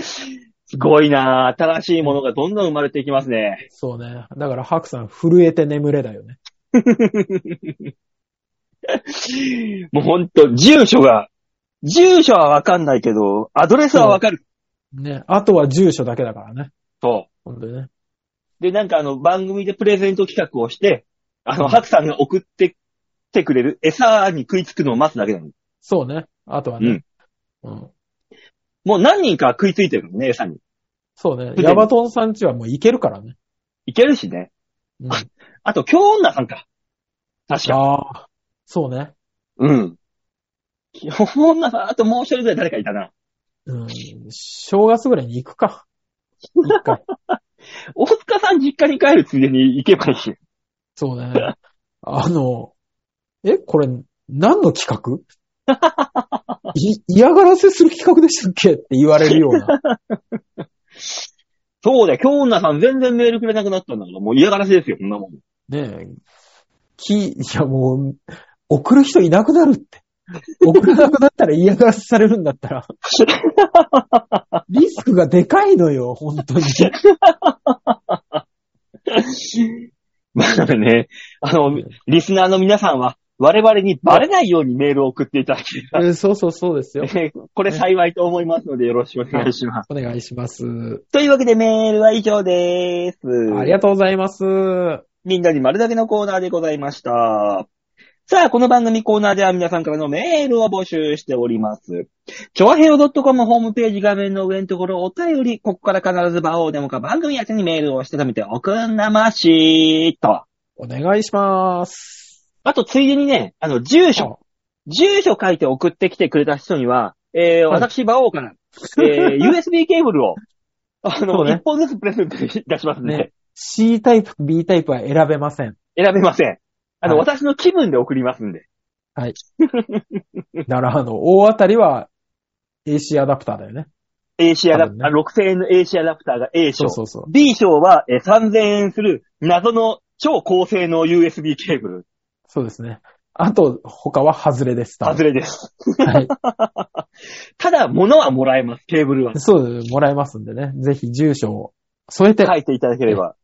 すごいなぁ。新しいものがどんどん生まれていきますね。
そうね。だからハクさん震えて眠れだよね。
もうほんと、住所が、住所はわかんないけど、アドレスはわかる。
ね。あとは住所だけだからね。
そ
ほんとにね。
う。で、なんかあの、番組でプレゼント企画をして、あの、ハクさんが送ってきてくれる餌に食いつくのを待つだけなの。
そうね。あとはね。うん。
もう何人か食いついてるのね、餌に。
そうね。
で
ヤバトンさんちはもう行けるからね。
いけるしね。
うん、
ああと、京女さんか。確か。
ああ。そうね。
うん。京女さん、あともう一人ぐらい誰かいたな。
うん。正月ぐらいに行くか。一回。
大塚さん実家に帰るついでに行けばいいし。
そうね。 あの、え、これ、何 の企画い嫌がらせする企画でしたっけって言われるよ うな。
そうだよ、京女さん全然メールくれなくなったんだから、もう嫌がらせですよ、こんなもん。
ねえ。き、いやもう、送る人いなくなるって。送らなくなったら嫌がらせされるんだったら。リスクがでかいのよ、本 当に。
まあね、あの、リスナーの皆さんは、我々にバレないようにメールを送っていただければ、
えそうそうそうですよ。
えーこれ幸いと思いますので、よろしくお願いします。
お願いします。
というわけで、メールは以上でーす。
ありがとうございます。
みんなに丸投げのコーナーでございました。さあ、この番組コーナーでは皆さんからのメールを募集しております。ちょうへお .com ホームページ画面の上のところお便り、ここから必ず場をでもか番組宛てにメールをしてためておくんなましーと。
お願いします。
あと、ついでにね、あの、住所、住所書いて送ってきてくれた人には、えー、
はい
私、馬王から、 えー、USB ケーブルを、あ
そ
の、
うね
一本ずつプレゼントいたしますね。
ね C タイプ、B タイプは選べません。
選べません。あの、
はい
私の気分で送りますんで。
だから、あの、大当たりは AC アダプターだよね。
A シアラプター、
多
6000円の A シアラプターが A
そ
賞。
うそうそう。
B 賞は、えー3000円する謎の超高性能 USB ケーブル。
そうですね。あと、他は外れです。
外れです。
れ。はい。
ただ、物はもらえます、ケーブルは。
そうです、もらえますんでね。ぜひ住所を添えて、
書
はい、
いていただければ。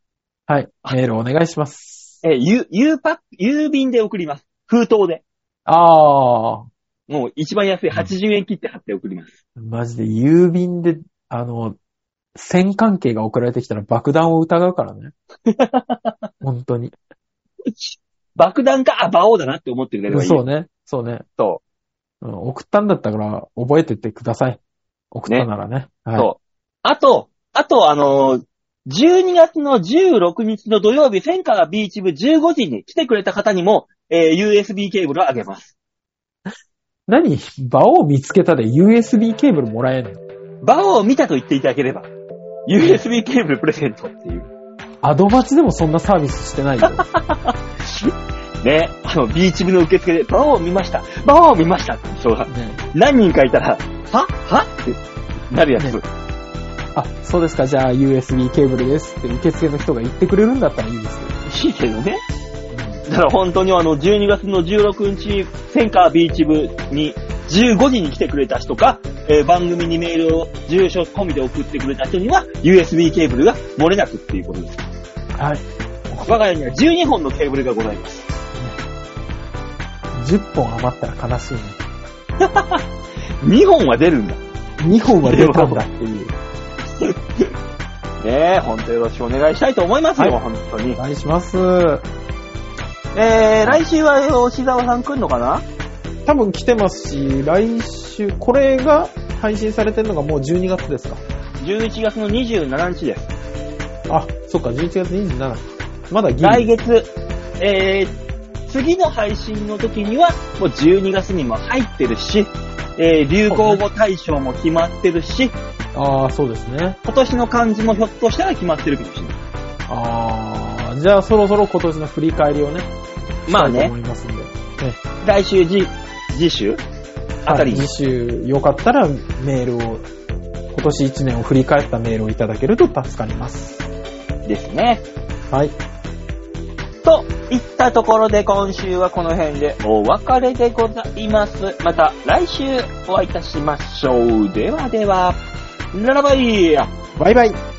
メールお願いします。
えー、ゆ、ゆうパック、郵便で送ります。封筒で。
あー、
もう一番安い80円切って貼って送ります。
マジで郵便で、あの、線関係が送られてきたら爆弾を疑う からね。本当に。
爆弾か、あ、馬王だなって思ってくれればいい。
そうね。そうね。
そ
うん送ったんだったから覚えてってください。送ったならね。
う。
はい。
そう。あと、あと、あのー12月の16日の土曜日、センカービーチ部15時に来てくれた方にも、えー USB ケーブルをあげます。
何場を見つけたで USB ケーブルもらえんの
馬王を見たと言っていただければ、USB ケーブルプレゼントっていう。
アドバチでもそんなサービスしてない よ。
ね、あの、ビーチ部の受付で、馬王を見ました馬王を見ましたって人が、
ね
何人かいたら、ははってなるやつ。
ねあ、そうですか。じゃあ USB ケーブルですって受付の人が言ってくれるんだったらいいですけど。
いいけどね。だから本当にあの、12月の16日、センカービーチ部に15時に来てくれた人か、えー番組にメールを住所込みで送ってくれた人には、USB ケーブルが漏れなくっていうことです。
はい。
我が家には12本のケーブルがございます。
10本余ったら悲しいね。
2本は出るんだ。
2本は出たんだっていう。
ねえ、本当よろしくお願いしたいと思いますよ、
はい
本当に
お。願いします。多
えー、来週は吉沢さん来んのかな
分来てますし、来週、これが配信されてるのがもう12月ですか。
?11 月の27日です。
あ、そっか、11月27まだギ
来
リ。
月、えー、次の配信の時には、もう12月にも入ってるし、えー、流行語大賞も決まってるし、
ああ、そうですね。
今年の漢字もひょっとしたら決まってるかもしれない。
ああ、じゃあそろそろ今年の振り返りをね、
まあ
し
ね、
たいと思いますんで。ね
来週、次、次週あたり
は
に、
い次週、よかったらメールを、今年1年を振り返ったメールをいただけると助かります。
ですね。
はい。
といったところで今週はこの辺でお別れでございます。また来週お会いいたしましょう。ではでは、ならばいい
バイバイ